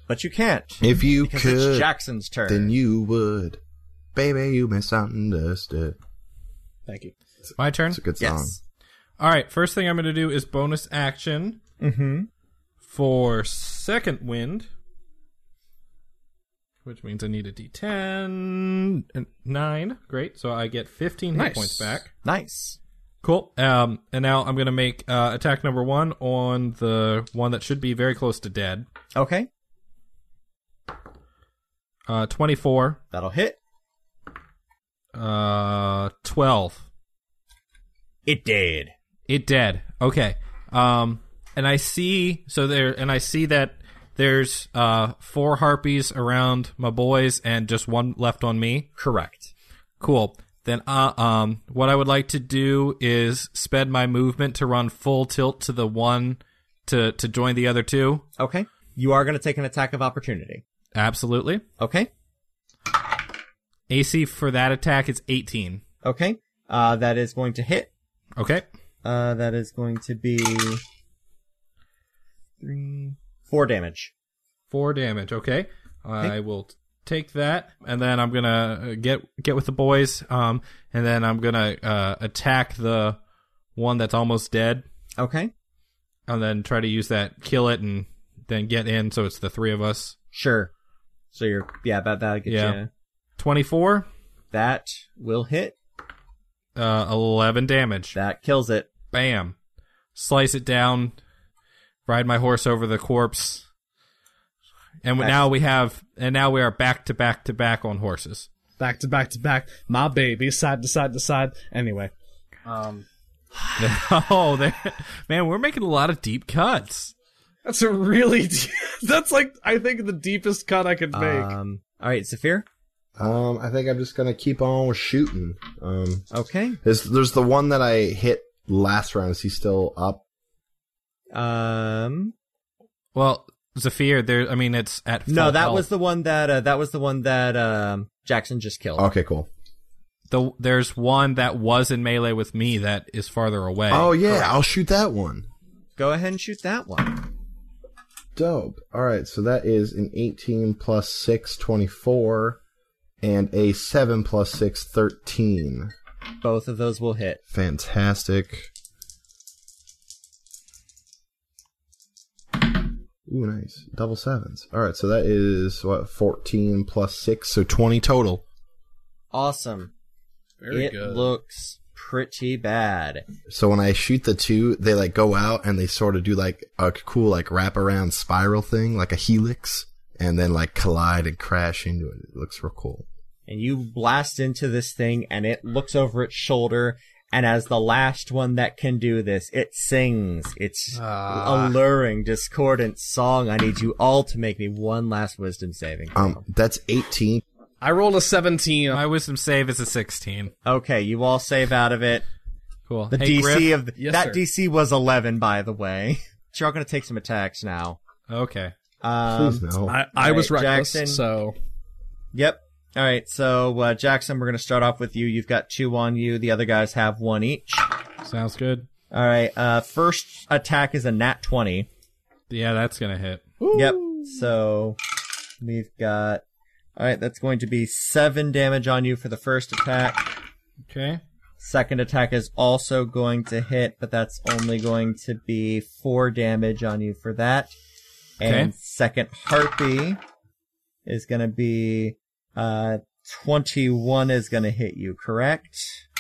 S1: but you can't
S2: If you
S1: because it's
S2: could,
S1: Jackson's turn.
S2: then you would. Baby, you misunderstood.
S4: Thank you.
S3: My turn.
S2: It's a good song.
S1: yes.
S3: All right. First thing I'm going to do is bonus action
S1: Mm-hmm.
S3: for second wind, which means I need a D10 and nine. Great. So I get 15
S4: Nice.
S3: hit points back.
S1: Nice.
S3: Cool. Um, and now I'm going to make uh, attack number one on the one that should be very close to dead.
S1: Okay,
S3: Uh, 24,
S1: that'll hit.
S3: uh, 12.
S1: It did.
S3: It dead. Okay. Um, and I see so there, and I see that there's uh four harpies around my boys, and just one left on me.
S1: Correct.
S3: Cool. Then, uh, um, what I would like to do is sped my movement to run full tilt to the one to to join the other two.
S1: Okay, you are going to take an attack of opportunity.
S3: Absolutely.
S1: Okay.
S3: AC for that attack is 18.
S1: Okay. Uh, that is going to hit.
S3: Okay.
S1: Uh, that is going to be three, four damage.
S3: Four damage. Okay. I will take that, and then I'm gonna uh, get get with the boys. Um, and then I'm gonna uh, attack the one that's almost dead,
S1: Okay.
S3: and then try to use that kill it, and then get in. So it's the three of us.
S1: Sure. So you're yeah, that that'll get
S3: Yeah.
S1: you.
S3: Twenty four,
S1: That will hit.
S3: uh, eleven damage.
S1: That kills it.
S3: Bam, slice it down. Ride my horse over the corpse. And
S1: Nice.
S3: now we have, and now we are back to back to back on horses.
S4: Back to back to back. My baby, side to side to side. Anyway. Um
S3: oh, there- man, we're making a lot of deep cuts.
S4: That's a really de- that's like I think the deepest cut I could make.
S1: Um all right, Zephyr.
S2: Um, I think I'm just gonna keep on shooting. Um,
S1: Okay.
S2: there's, there's the one that I hit last round. Is he still up?
S1: Um
S3: Well, Zafir, there. I mean, it's at
S1: no,
S3: full
S1: that
S3: health.
S1: was the one that uh, that was the one that um Jackson just killed.
S2: Okay, cool.
S3: the. There's one that was in melee with me that is farther away.
S2: oh yeah, I'll shoot that one.
S1: Go ahead and shoot that one.
S2: Dope. All right, so that is an 18 plus 6, 24, and a 7 plus 6, 13.
S1: Both of those will hit.
S2: Fantastic. Ooh, nice. Double sevens. All right, so that is, what, 14 plus 6, so 20 total.
S1: Awesome.
S4: Very
S1: it
S4: good.
S1: looks pretty bad.
S2: So when I shoot the two, they, like, go out and they sort of do, like, a cool, like, wraparound spiral thing, like a helix, and then, like, collide and crash into it. It looks real cool.
S1: and you blast into this thing and it looks over its shoulder and as the last one that can do this it sings its
S4: Ah.
S1: alluring discordant song i need you all to make me one last wisdom saving throw.
S2: Um, that's 18.
S4: I rolled a 17.
S3: my wisdom save is a 16.
S1: okay you all save out of it
S3: Cool.
S1: the
S3: Hey,
S1: dc
S3: Griff?
S1: of
S4: Yes,
S1: that
S4: sir.
S1: dc was 11 by the way you're all gonna take some attacks now
S3: Okay.
S1: um,
S2: Please no.
S4: I, I was
S1: Right,
S4: reckless,
S1: Jackson.
S4: so
S1: Yep. All right. So uh, Jackson, we're gonna start off with you. You've got two on you. The other guys have one each.
S3: Sounds good.
S1: All right. Uh, first attack is a nat twenty.
S3: Yeah, that's gonna hit.
S1: Yep. So we've got. All right, that's going to be seven damage on you for the first attack.
S3: Okay.
S1: Second attack is also going to hit, but that's only going to be four damage on you for that. And
S3: Okay.
S1: second harpy is going to be uh, twenty-one is going to hit you, correct?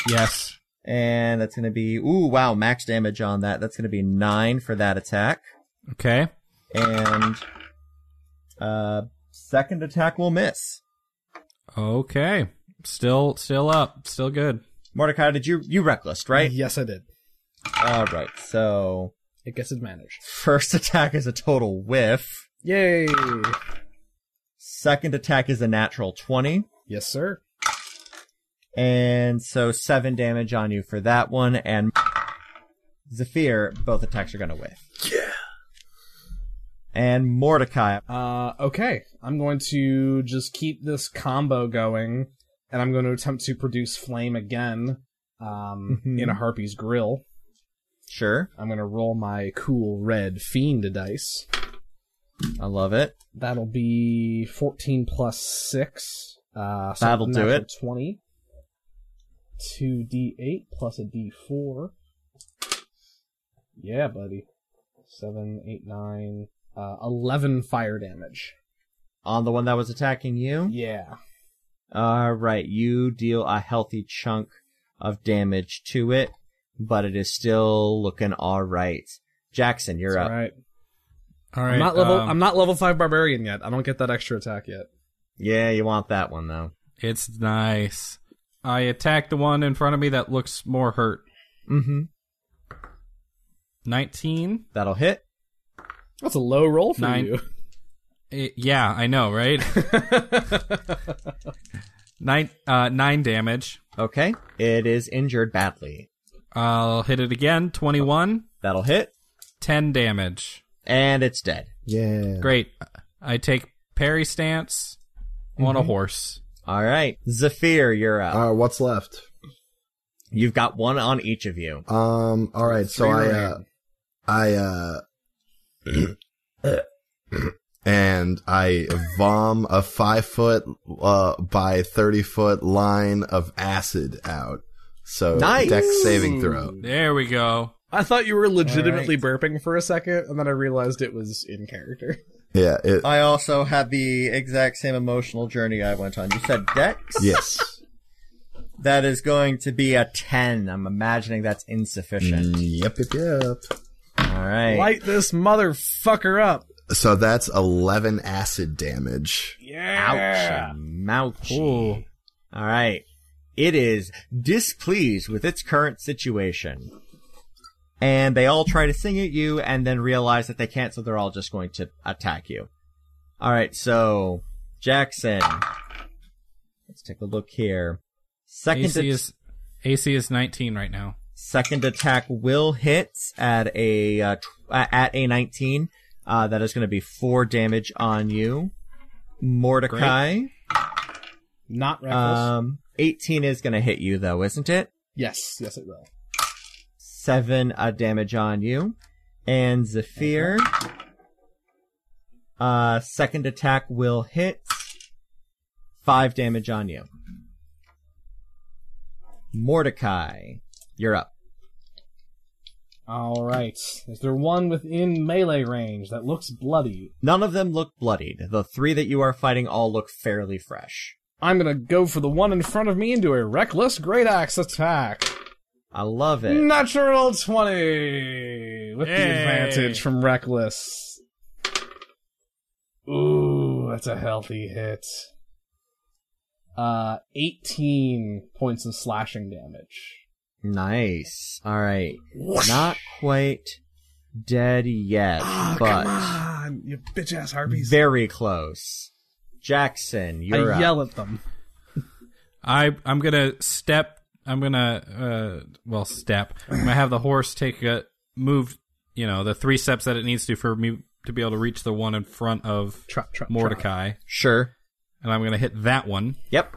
S3: Yes.
S1: And that's going to be ooh wow max damage on that. That's going to be nine for that attack.
S3: Okay.
S1: and uh, second attack will miss.
S3: Okay. Still, still up. Still good.
S1: Mordecai, did you you reckless right?
S4: yes, I did.
S1: All right, so
S4: It gets advantage.
S1: first attack is a total whiff.
S4: Yay!
S1: Second attack is a natural twenty,
S4: Yes, sir.
S1: and so seven damage on you for that one. And Zephyr, both attacks are gonna whiff. Yeah. And Mordecai,
S4: Uh, okay. I'm going to just keep this combo going, and I'm going to attempt to produce flame again um,
S1: Mhm.
S4: in a harpy's grill.
S1: sure,
S4: I'm going to roll my cool red fiend dice.
S1: I love it.
S4: That'll be 14 plus 6. Uh, so
S1: That'll do
S4: natural
S1: it.
S4: 20. 2d8 plus a d4. Yeah, buddy. 7, 8, 9, uh, 11 fire damage.
S1: On the one that was attacking you,
S4: Yeah.
S1: All right, you deal a healthy chunk of damage to it, but it is still looking all right. Jackson, you're
S4: That's
S1: up.
S4: right.
S3: All right.
S4: I'm not level.
S3: um,
S4: I'm not level five barbarian yet. I don't get that extra attack yet.
S1: Yeah, you want that one though.
S3: It's nice. I attack the one in front of me that looks more hurt.
S1: Mm-hmm.
S3: 19.
S1: That'll hit.
S4: That's a low roll for
S3: Nine.
S4: you.
S3: Eh, yeah, I know, right? nine, uh, nine damage.
S1: Okay. It is injured badly.
S3: I'll hit it again. 21.
S1: That'll hit.
S3: 10 damage.
S1: And it's dead.
S2: yeah.
S3: Great. I take parry stance on a horse.
S1: All right. Zephyr, you're up.
S2: Uh, what's left?
S1: You've got one on each of you.
S2: Um. All right. So
S4: Three
S2: I,
S4: remain.
S2: uh, I, uh, and I vom a five foot uh, by thirty foot line of acid out. So
S1: Nice.
S2: deck saving throw.
S3: There we go.
S4: I thought you were legitimately burping for a second, and then I realized it was in character.
S2: Yeah. It,
S1: I also had the exact same emotional journey I went on. You said Dex?
S2: yes.
S1: That is going to be a 10. I'm imagining that's insufficient.
S2: Mm, Yep. Yep. Yep.
S1: All right.
S4: Light this motherfucker up.
S2: So that's eleven acid damage.
S1: Ouch. Mouchy. All right. It is displeased with its current situation. And they all try to sing at you and then realize that they can't, so they're all just going to attack you. All right. So, Jackson. Let's take a look here. Second
S3: AC
S1: at-
S3: is AC is 19 right now.
S1: Second attack will hit at a uh, tw- uh, at a 19. Uh, that is going to be four damage on you, Mordecai.
S4: Not reckless.
S1: Um, 18 is going to hit you though, isn't it?
S4: yes, yes it will.
S1: Seven uh, damage on you, and Zephyr.
S4: Uh-huh.
S1: Uh, second attack will hit. Five damage on you, Mordecai. You're up.
S4: All right. Is there one within melee range that looks bloody?
S1: None of them look bloodied. The three that you are fighting all look fairly fresh.
S4: I'm gonna go for the one in front of me and do a reckless great axe attack.
S1: I love it.
S4: Natural twenty with the
S3: Hey.
S4: advantage from reckless. Ooh, that's a healthy hit. Uh, eighteen points of slashing damage.
S1: Nice. All right. Not quite dead yet, but
S4: Ah, on, you bitch ass
S1: very close. Jackson, you're
S4: I
S1: up.
S4: yell at them.
S3: I I'm gonna step. I'm gonna uh well step. I'm gonna have the horse take a move. You know the three steps that it needs to for me to be able to reach the one in front of
S4: Trot, trot,
S3: Mordecai,
S1: Sure.
S3: and I'm gonna hit that one.
S1: Yep.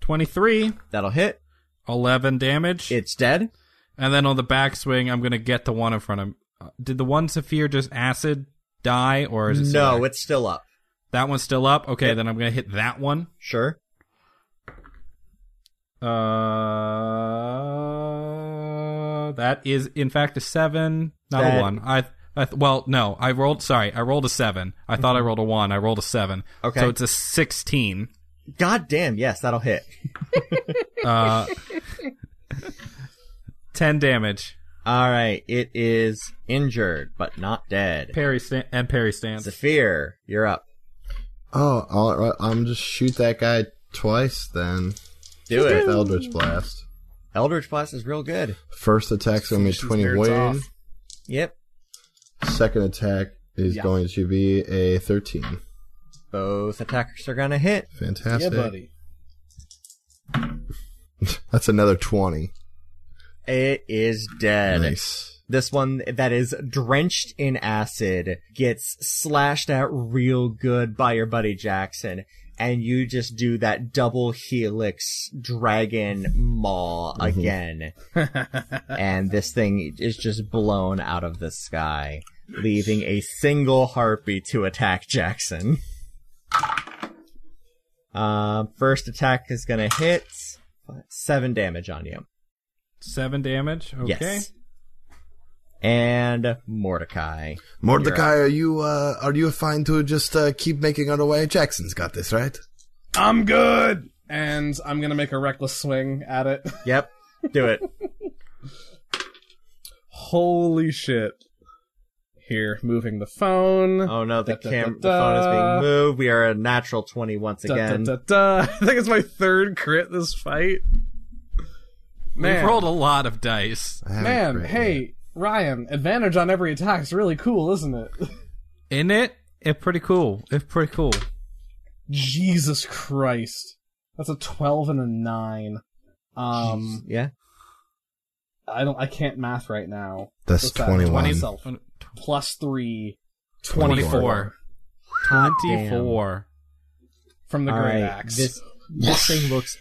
S3: 23,
S1: That'll hit.
S3: 11 damage,
S1: It's dead.
S3: and then on the backswing, I'm gonna get the one in front of. uh, Did the one Saphir just acid die, or is it still
S1: No,
S3: there?
S1: it's still up.
S3: that one's still up? Okay, then I'm gonna hit that one.
S1: Sure.
S3: Uh, that is in fact a seven, not
S1: That-
S3: a one. I, I, well, no, I rolled. Sorry, I rolled a seven. I thought I rolled a one. I rolled a seven.
S1: Mm-hmm. Okay.
S3: so it's a sixteen.
S1: God damn, yes, that'll hit.
S3: Uh, ten damage.
S1: All right, it is injured but not dead.
S3: Parry sta- and parry stance.
S1: Zephyr, you're up.
S2: Oh, I'll, I'm just shoot that guy twice then.
S1: Do
S2: With
S1: it.
S2: Eldritch Blast.
S1: Eldritch Blast is real good.
S2: First attack's gonna be
S4: She's
S2: twenty
S4: beards
S2: win.
S4: off.
S1: Yep.
S2: Second attack is
S4: Yeah.
S2: going to be a thirteen.
S1: Both attackers are gonna hit.
S4: Yeah,
S2: Fantastic.
S4: buddy.
S2: That's another twenty.
S1: It is dead.
S2: Nice.
S1: This one that is drenched in acid gets slashed at real good by your buddy Jackson, and you just do that double helix dragon maul again. and this thing is just blown out of the sky, leaving a single harpy to attack Jackson. Uh, first attack is gonna hit seven damage on you.
S3: Seven damage. Okay.
S1: Yes. And Mordecai.
S2: Mordecai, are you uh, are you fine to just uh, keep making our way? Jackson's got this, right?
S4: I'm good, and I'm gonna make a reckless swing at it.
S1: Yep. Do it.
S4: Holy shit! Here, moving the phone.
S1: Oh no, the
S4: Da, da,
S1: cam the
S4: da,
S1: phone is
S4: da.
S1: being moved. We are a natural twenty once
S4: Da,
S1: again.
S4: da, da, da. I think it's my third crit this fight. Man,
S3: We've rolled a lot of dice.
S2: I haven't
S4: man,
S2: created
S4: hey,
S2: it.
S4: Ryan, advantage on every attack is really cool, isn't it?
S3: In it, it's pretty cool. It's pretty cool.
S4: Jesus Christ, that's a twelve and a nine. Um,
S1: Yeah.
S4: I don't, I can't math right now.
S2: that's
S4: What's that?
S2: twenty-one.
S4: 20 self. Plus three.
S3: 24. 24.
S4: from the
S1: All
S4: great
S1: right,
S4: axe.
S1: This this thing looks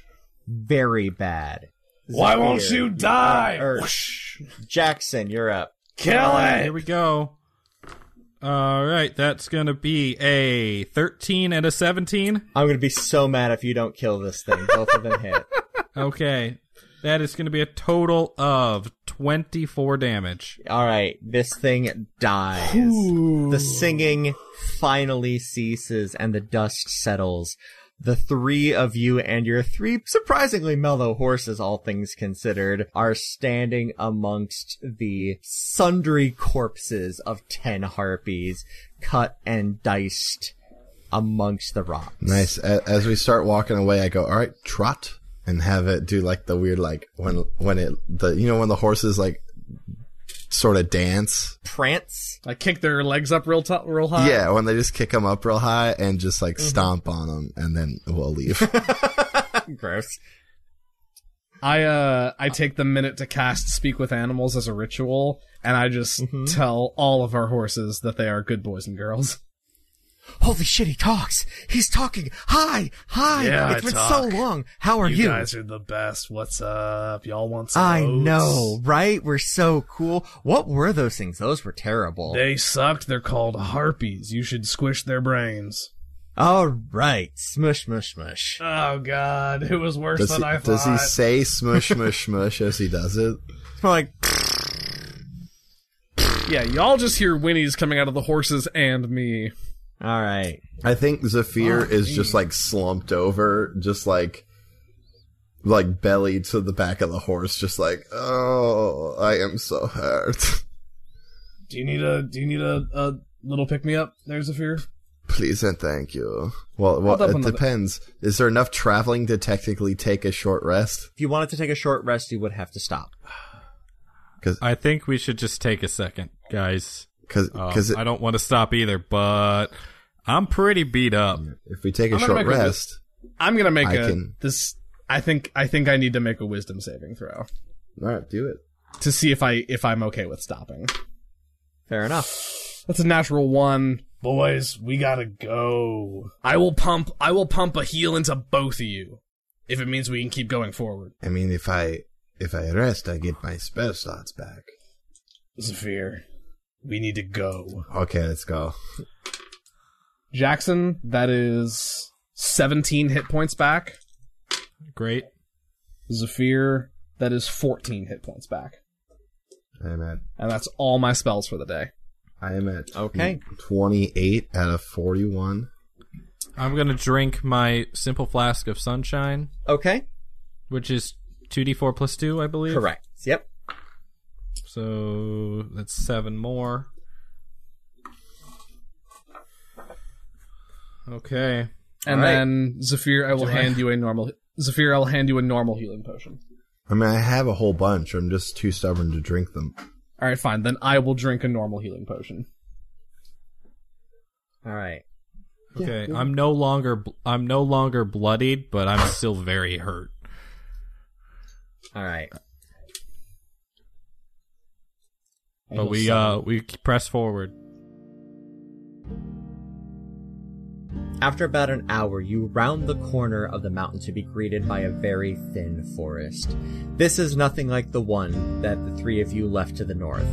S1: very bad.
S4: Why
S1: Zephyr,
S4: won't you
S1: are
S4: die?
S1: up. Or-
S4: Whoosh. Uh,
S1: Jackson, you're Er, up.
S4: Kill
S3: Here
S4: it!
S3: we go. All right, that's going to be a 13 and a 17.
S1: I'm gonna be so mad if you don't kill this thing. Both of them hit.
S3: Okay. That is going to be a total of 24 damage.
S1: All right, this thing dies. The singing finally ceases and the dust settles. The three of you and your three surprisingly mellow horses, all things considered, are standing amongst the sundry corpses of ten harpies, cut and diced amongst the rocks.
S2: Nice. A- As we start walking away, I go, "All right, trot," and have it do like the weird, like when when it the you know when the horses like sort of dance.
S1: Prance.
S4: Like kick their legs up real t- real high.
S2: yeah, when they just kick them up real high and just like
S4: Mm-hmm.
S2: stomp on them, and then we'll leave.
S1: Gross.
S4: I uh I take the minute to cast speak with animals as a ritual, and I just tell all of our horses that they are good boys and girls.
S1: Holy shit, he talks. He's talking. Hi, hi.
S4: Yeah,
S1: it's
S4: I
S1: been
S4: talk.
S1: so long. How are you?
S4: are the best. What's up? Y'all want
S1: I know, right? We're so cool. What were those things? Those were terrible.
S4: They sucked. They're called harpies. You should squish their brains.
S1: All right. Smush, smush, smush.
S4: Oh God, it was worse
S2: does,
S4: than
S2: he,
S4: I
S2: does he
S4: thought.
S2: say "smush, smush, smush" as he does it?
S1: It's more like,
S4: yeah, y'all just hear whinnies coming out of the horses and me.
S1: all right.
S2: I think
S4: Oh,
S2: Zafir is just like slumped over, just like like belly to the back of the horse, just like, oh, I am so hurt.
S4: Do you need a Do you need a, a little pick me up? There's a fear.
S2: Please and thank you. Well, well
S4: Hold up
S2: it
S4: another-
S2: depends. Is there enough traveling to technically take a short rest?
S1: If you wanted to take a short rest, you would have to stop.
S3: I think we should just take a second, guys.
S2: Because
S4: Uh,
S3: Um,
S2: it
S3: I don't want to stop either, but I'm pretty beat up.
S2: if we take a
S4: I'm gonna
S2: short
S4: make a-
S2: rest,
S4: I'm gonna make
S2: I
S4: a
S2: can-
S4: this. I think I think I need to make a wisdom saving throw
S2: all right, do it.
S4: to see if I if I'm okay with stopping.
S1: Fair enough.
S4: That's a natural one. Boys, we gotta go. I will pump. I will pump a heal into both of you, if it means we can keep going forward.
S2: I mean, if I if I rest, I get my spell slots back.
S4: Zephyr, we need to go.
S2: Okay, let's go.
S4: Jackson, that is seventeen hit points back.
S3: Great.
S4: Zephyr, that is fourteen hit points back,
S2: I am at
S4: and that's all my spells for the day.
S2: I am at
S1: Okay.
S2: twenty eight out of forty one.
S3: I'm going to drink my simple flask of sunshine,
S1: Okay.
S3: which is 2d4 plus 2, I believe.
S1: Correct. Yep.
S3: So that's seven more. Okay.
S1: All
S4: And
S1: right.
S4: then Zephyr, I will
S3: Do I-
S4: hand you a normal. Zephyr, I'll hand you a normal healing potion.
S2: I mean, I have a whole bunch. I'm just too stubborn to drink them.
S4: All right, fine. Then I will drink a normal healing potion.
S1: All right.
S3: Okay. I'm no longer bl- I'm no longer bloodied, but I'm still very hurt.
S1: All right.
S3: But we uh we press forward.
S1: After about an hour, you round the corner of the mountain to be greeted by a very thin forest. This is nothing like the one that the three of you left to the north.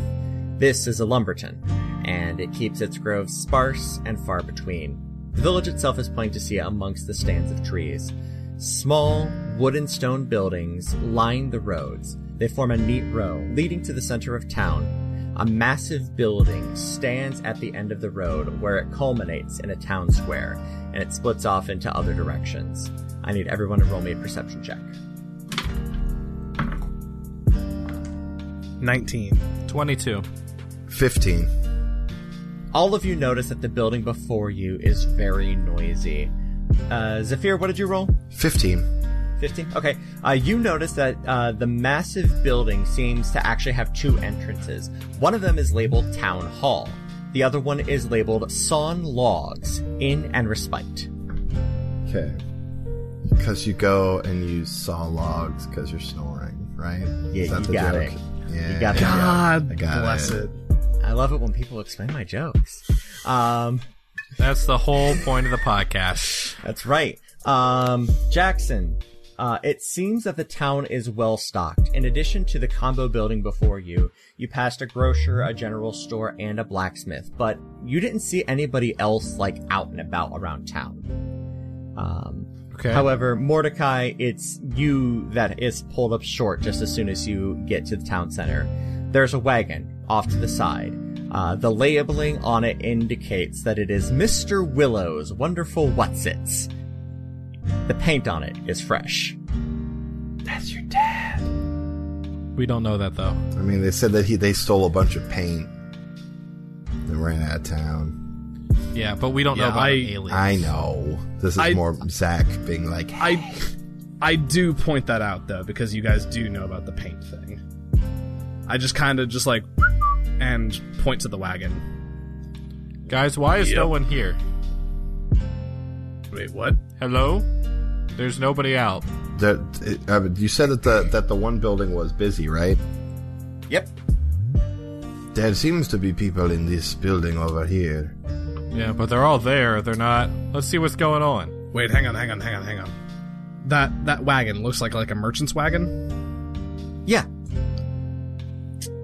S1: This is a lumberton, and it keeps its groves sparse and far between. The village itself is plain to see amongst the stands of trees. Small wood and stone buildings line the roads. They form a neat row leading to the center of town. A massive building stands at the end of the road where it culminates in a town square and it splits off into other directions. I need everyone to roll me a perception check.
S4: nineteen.
S3: Twenty two.
S2: Fifteen.
S1: All of you notice that the building before you is very noisy. Uh, Zephyr, what did you roll?
S2: Fifteen.
S1: 15 okay uh, you notice that uh, the massive building seems to actually have two entrances one of them is labeled town hall the other one is labeled sawn logs in and respite
S2: Okay. Because you go and you saw logs because you're snoring, right?
S1: Yeah,
S2: Is that
S1: you
S2: the
S1: got
S2: joke?
S1: it.
S2: Yeah.
S1: got the
S2: I
S4: God
S2: got
S4: bless
S2: it.
S4: it.
S1: i love it when people explain my jokes um,
S3: That's the whole point of the podcast.
S1: that's right um, jackson Uh, it seems that the town is well stocked. In addition to the combo building before you, you passed a grocer, a general store, and a blacksmith, but you didn't see anybody else like out and about around town. Um,
S3: Okay.
S1: However, Mordecai, it's you that is pulled up short just as soon as you get to the town center. There's a wagon off to the side. Uh, the labeling on it indicates that it is Mr. Willow's Wonderful What's Its. The paint on it is fresh.
S3: we don't know that though.
S2: I mean, they said that he they stole a bunch of paint and ran out of town.
S3: Yeah, but we don't
S4: Yeah,
S3: know about
S4: I-
S3: an alien.
S2: I know this is
S4: I-
S2: more Zach being like,
S4: I I do point that out though because you guys do know about the paint thing. I just kind of just like and point to the wagon.
S3: Guys, why is no
S4: Yep.
S3: one here?
S4: Wait, what?
S3: Hello? There's nobody out.
S2: that, uh, you said that the that the one building was busy, right?
S1: Yep.
S2: There seems to be people in this building over here.
S3: Yeah, but they're all there. They're not. Let's see what's going on.
S4: Wait, hang on, hang on, hang on, hang on. That that wagon looks like like a merchant's wagon.
S1: Yeah.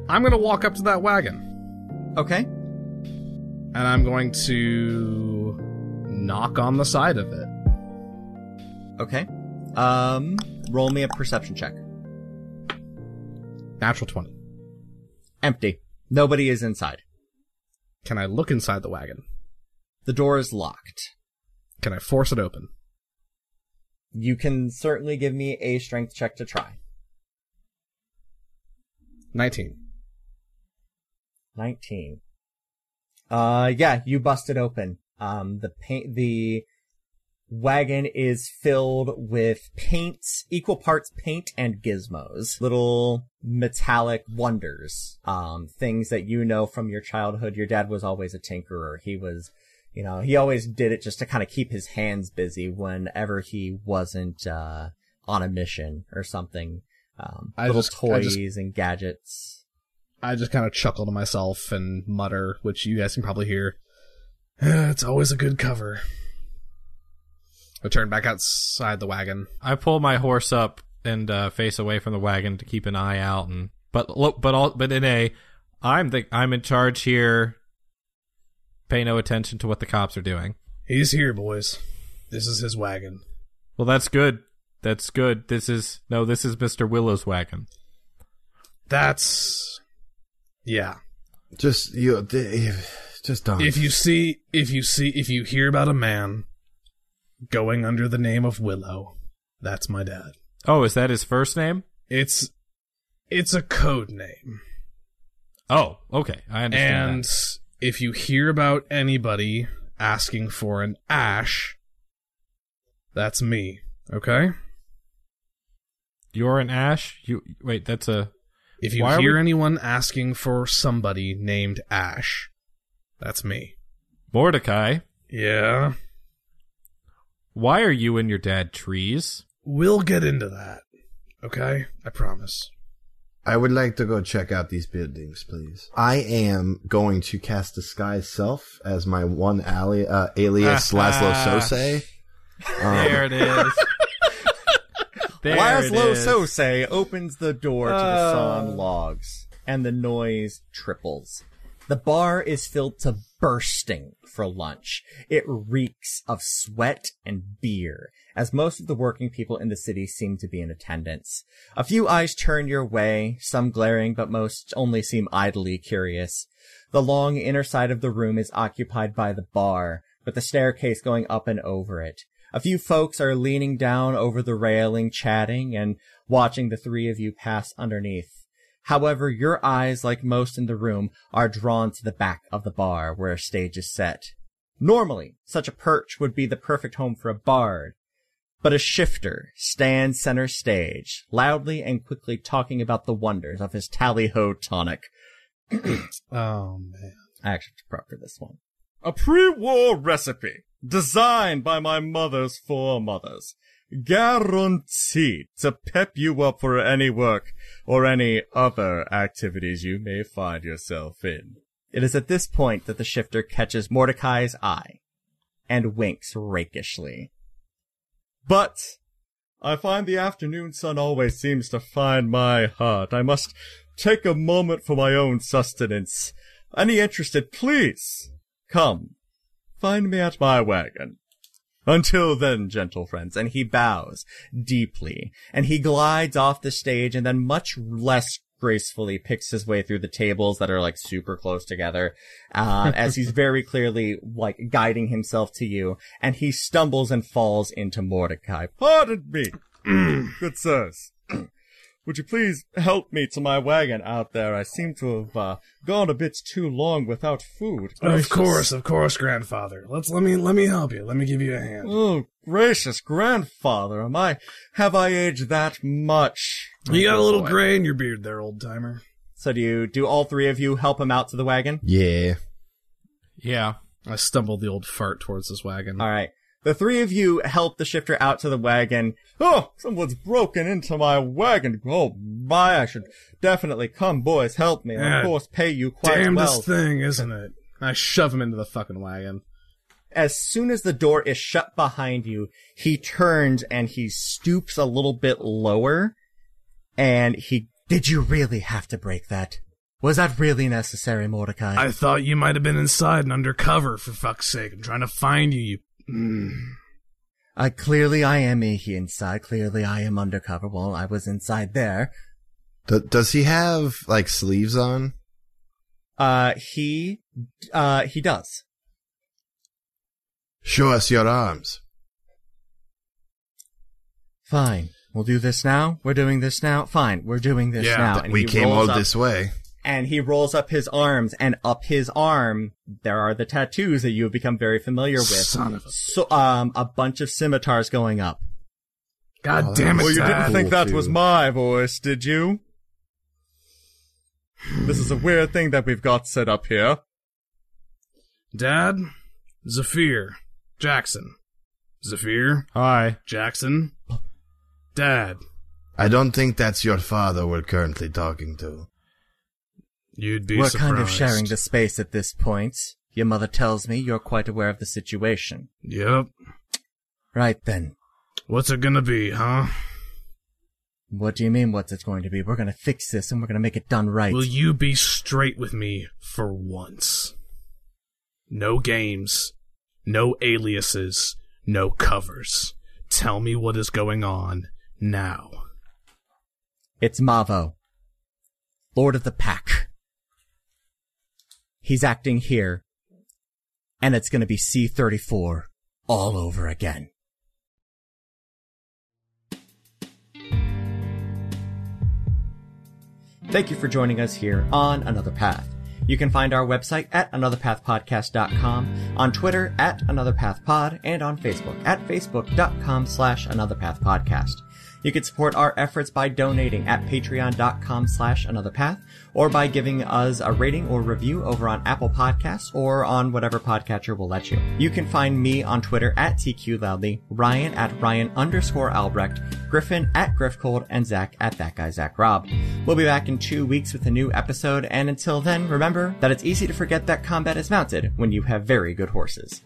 S4: I'm going to walk up to that wagon
S1: Okay.
S4: and I'm going to knock on the side of it.
S1: Okay. Um, roll me a perception check.
S4: Natural 20.
S1: Empty. Nobody is inside.
S4: Can I look inside the wagon?
S1: The door is locked.
S4: Can I force it open?
S1: You can certainly give me a strength check to try.
S4: 19.
S1: 19. Uh, yeah, you busted open. Um, the paint, the wagon is filled with paints, equal parts paint and gizmos. Little metallic wonders. Um, things that you know from your childhood. Your dad was always a tinkerer. He was, you know, he always did it just to kind of keep his hands busy whenever he wasn't, uh, on a mission or something. Um,
S4: I
S1: little
S4: just- I
S1: toys
S4: just-
S1: and gadgets.
S4: I just kind of chuckle to myself and mutter, which you guys can probably hear. "Eh, It's always a good cover. I turn back outside the wagon.
S3: I pull my horse up and uh, face away from the wagon to keep an eye out. And but look, but all, but in a, I'm the I'm in charge here. Pay no attention to what the cops are doing.
S4: He's here, boys. This is his wagon.
S3: Well, that's good. That's good. This is no. This is Mister Willow's wagon.
S4: That's yeah.
S2: Just you, d- just don't.
S4: If you see if you see if you hear about a man going under the name of Willow, that's my dad.
S3: Oh, is that his first name?
S4: It's it's a code name.
S3: Oh, okay. I understand.
S4: And
S3: that.
S4: if you hear about anybody asking for an ash, that's me. Okay?
S3: you're an Ash. You wait. That's a
S4: If you
S3: Why are
S4: hear
S3: we-
S4: anyone asking for somebody named Ash, that's me.
S3: Mordecai.
S4: Yeah.
S3: Why are you and your dad trees?
S4: We'll get into that. Okay? I promise.
S2: I would like to go check out these buildings, please. I am going to cast disguise self as my one ali- uh, alias Laszlo Um, Sose.
S3: There it is. there
S1: Laszlo
S3: it is. Oh.
S1: Sose opens the door to the sawn logs, and the noise triples. The bar is filled to bursting for lunch. It reeks of sweat and beer, as most of the working people in the city seem to be in attendance. A few eyes turn your way, some glaring, but most only seem idly curious. The long inner side of the room is occupied by the bar, with the staircase going up and over it. A few folks are leaning down over the railing, chatting and watching the three of you pass underneath. However, your eyes, like most in the room, are drawn to the back of the bar where a stage is set. Normally, such a perch would be the perfect home for a bard, but a shifter stands center stage, loudly and quickly talking about the wonders of his tally ho tonic.
S4: Oh man.
S1: I actually have to prep for this one. A pre-war recipe designed by my mother's foremothers. Guaranteed to pep you up for any work or any other activities you may find yourself in. It is at this point that the shifter catches Mordecai's eye and winks rakishly. But I find the afternoon sun always seems to find my heart. I must take a moment for my own sustenance. Any interested, please come find me at my wagon. Until then, gentle friends, and he bows deeply, and he glides off the stage and then much less gracefully picks his way through the tables that are like super close together, uh, as he's very clearly like guiding himself to you, and he stumbles and falls into Mordecai. Pardon me, good sirs. Would you please help me to my wagon out there? I seem to have uh, gone a bit too long without food.
S4: Of course, of course, grandfather. Let's let me let me help you. Let me give you a hand.
S1: Oh, gracious grandfather, am I, have I aged that much?
S4: You got a little gray in your beard there, old timer.
S1: So do you, do all three of you help him out to the wagon?
S2: Yeah.
S3: Yeah.
S4: I stumbled the old fart towards his wagon.
S1: All right. The three of you help the shifter out to the wagon. Oh, someone's broken into my wagon. Oh my, I should definitely come, boys. Help me. And
S4: Yeah.
S1: of course, pay you quite
S4: Damn
S1: well.
S4: this thing, isn't it? I shove him into the fucking wagon.
S1: as soon as the door is shut behind you, he turns and he stoops a little bit lower and he, did you really have to break that? Was that really necessary, Mordecai?
S4: I thought you might have been inside and undercover, for fuck's sake. I'm trying to find you, you.
S1: Mm. I clearly I am a he inside. Clearly I am undercover. Well, I was inside there.
S2: D- does he have like sleeves on?
S1: Uh, he, uh, he does.
S2: Show us your arms.
S1: Fine. We'll do this now. We're doing this now. Fine. We're doing this
S4: Yeah,
S1: now.
S4: th-
S1: And
S2: we
S1: he
S2: came
S1: rolls
S2: all
S1: up-
S2: this way.
S1: And he rolls up his arms and up his arm. There are the tattoos that you have become very familiar with.
S4: Son of a.
S1: so, um, a bunch of scimitars going up.
S4: God
S2: Oh,
S4: damn it,
S2: well, you
S4: Tad.
S2: didn't think- Cool, that was too.
S1: my voice, did you? This is a weird thing that we've got set up here.
S4: Dad, Zafir, Jackson. Zafir,
S3: Hi.
S4: Jackson, Dad.
S2: I don't think that's your father we're currently talking to.
S4: You'd be
S1: We're
S4: surprised.
S1: kind of sharing the space at this point. Your mother tells me you're quite aware of the situation.
S4: Yep.
S1: Right then.
S4: What's it gonna be, huh?
S1: What do you mean what's it going to be? We're gonna fix this and we're gonna make it done right.
S4: Will you be straight with me for once? No games, no aliases, no covers. Tell me what is going on now.
S1: It's Mavo. Lord of the Pack. He's acting here. And it's gonna be C-34 all over again. Thank you for joining us here on Another Path. You can find our website at anotherpathpodcast.com, on Twitter at anotherpathpod, and on Facebook at facebook.com slash anotherpathpodcast. You can support our efforts by donating at patreon.com slash anotherpath, or by giving us a rating or review over on Apple Podcasts or on whatever podcatcher will let you. You can find me on Twitter at TQLoudly, Ryan at Ryan underscore Albrecht, Griffin at Griffcold, and Zach at That Guy Zach Rob. We'll be back in two weeks with a new episode, and until then, remember that it's easy to forget that combat is mounted when you have very good horses.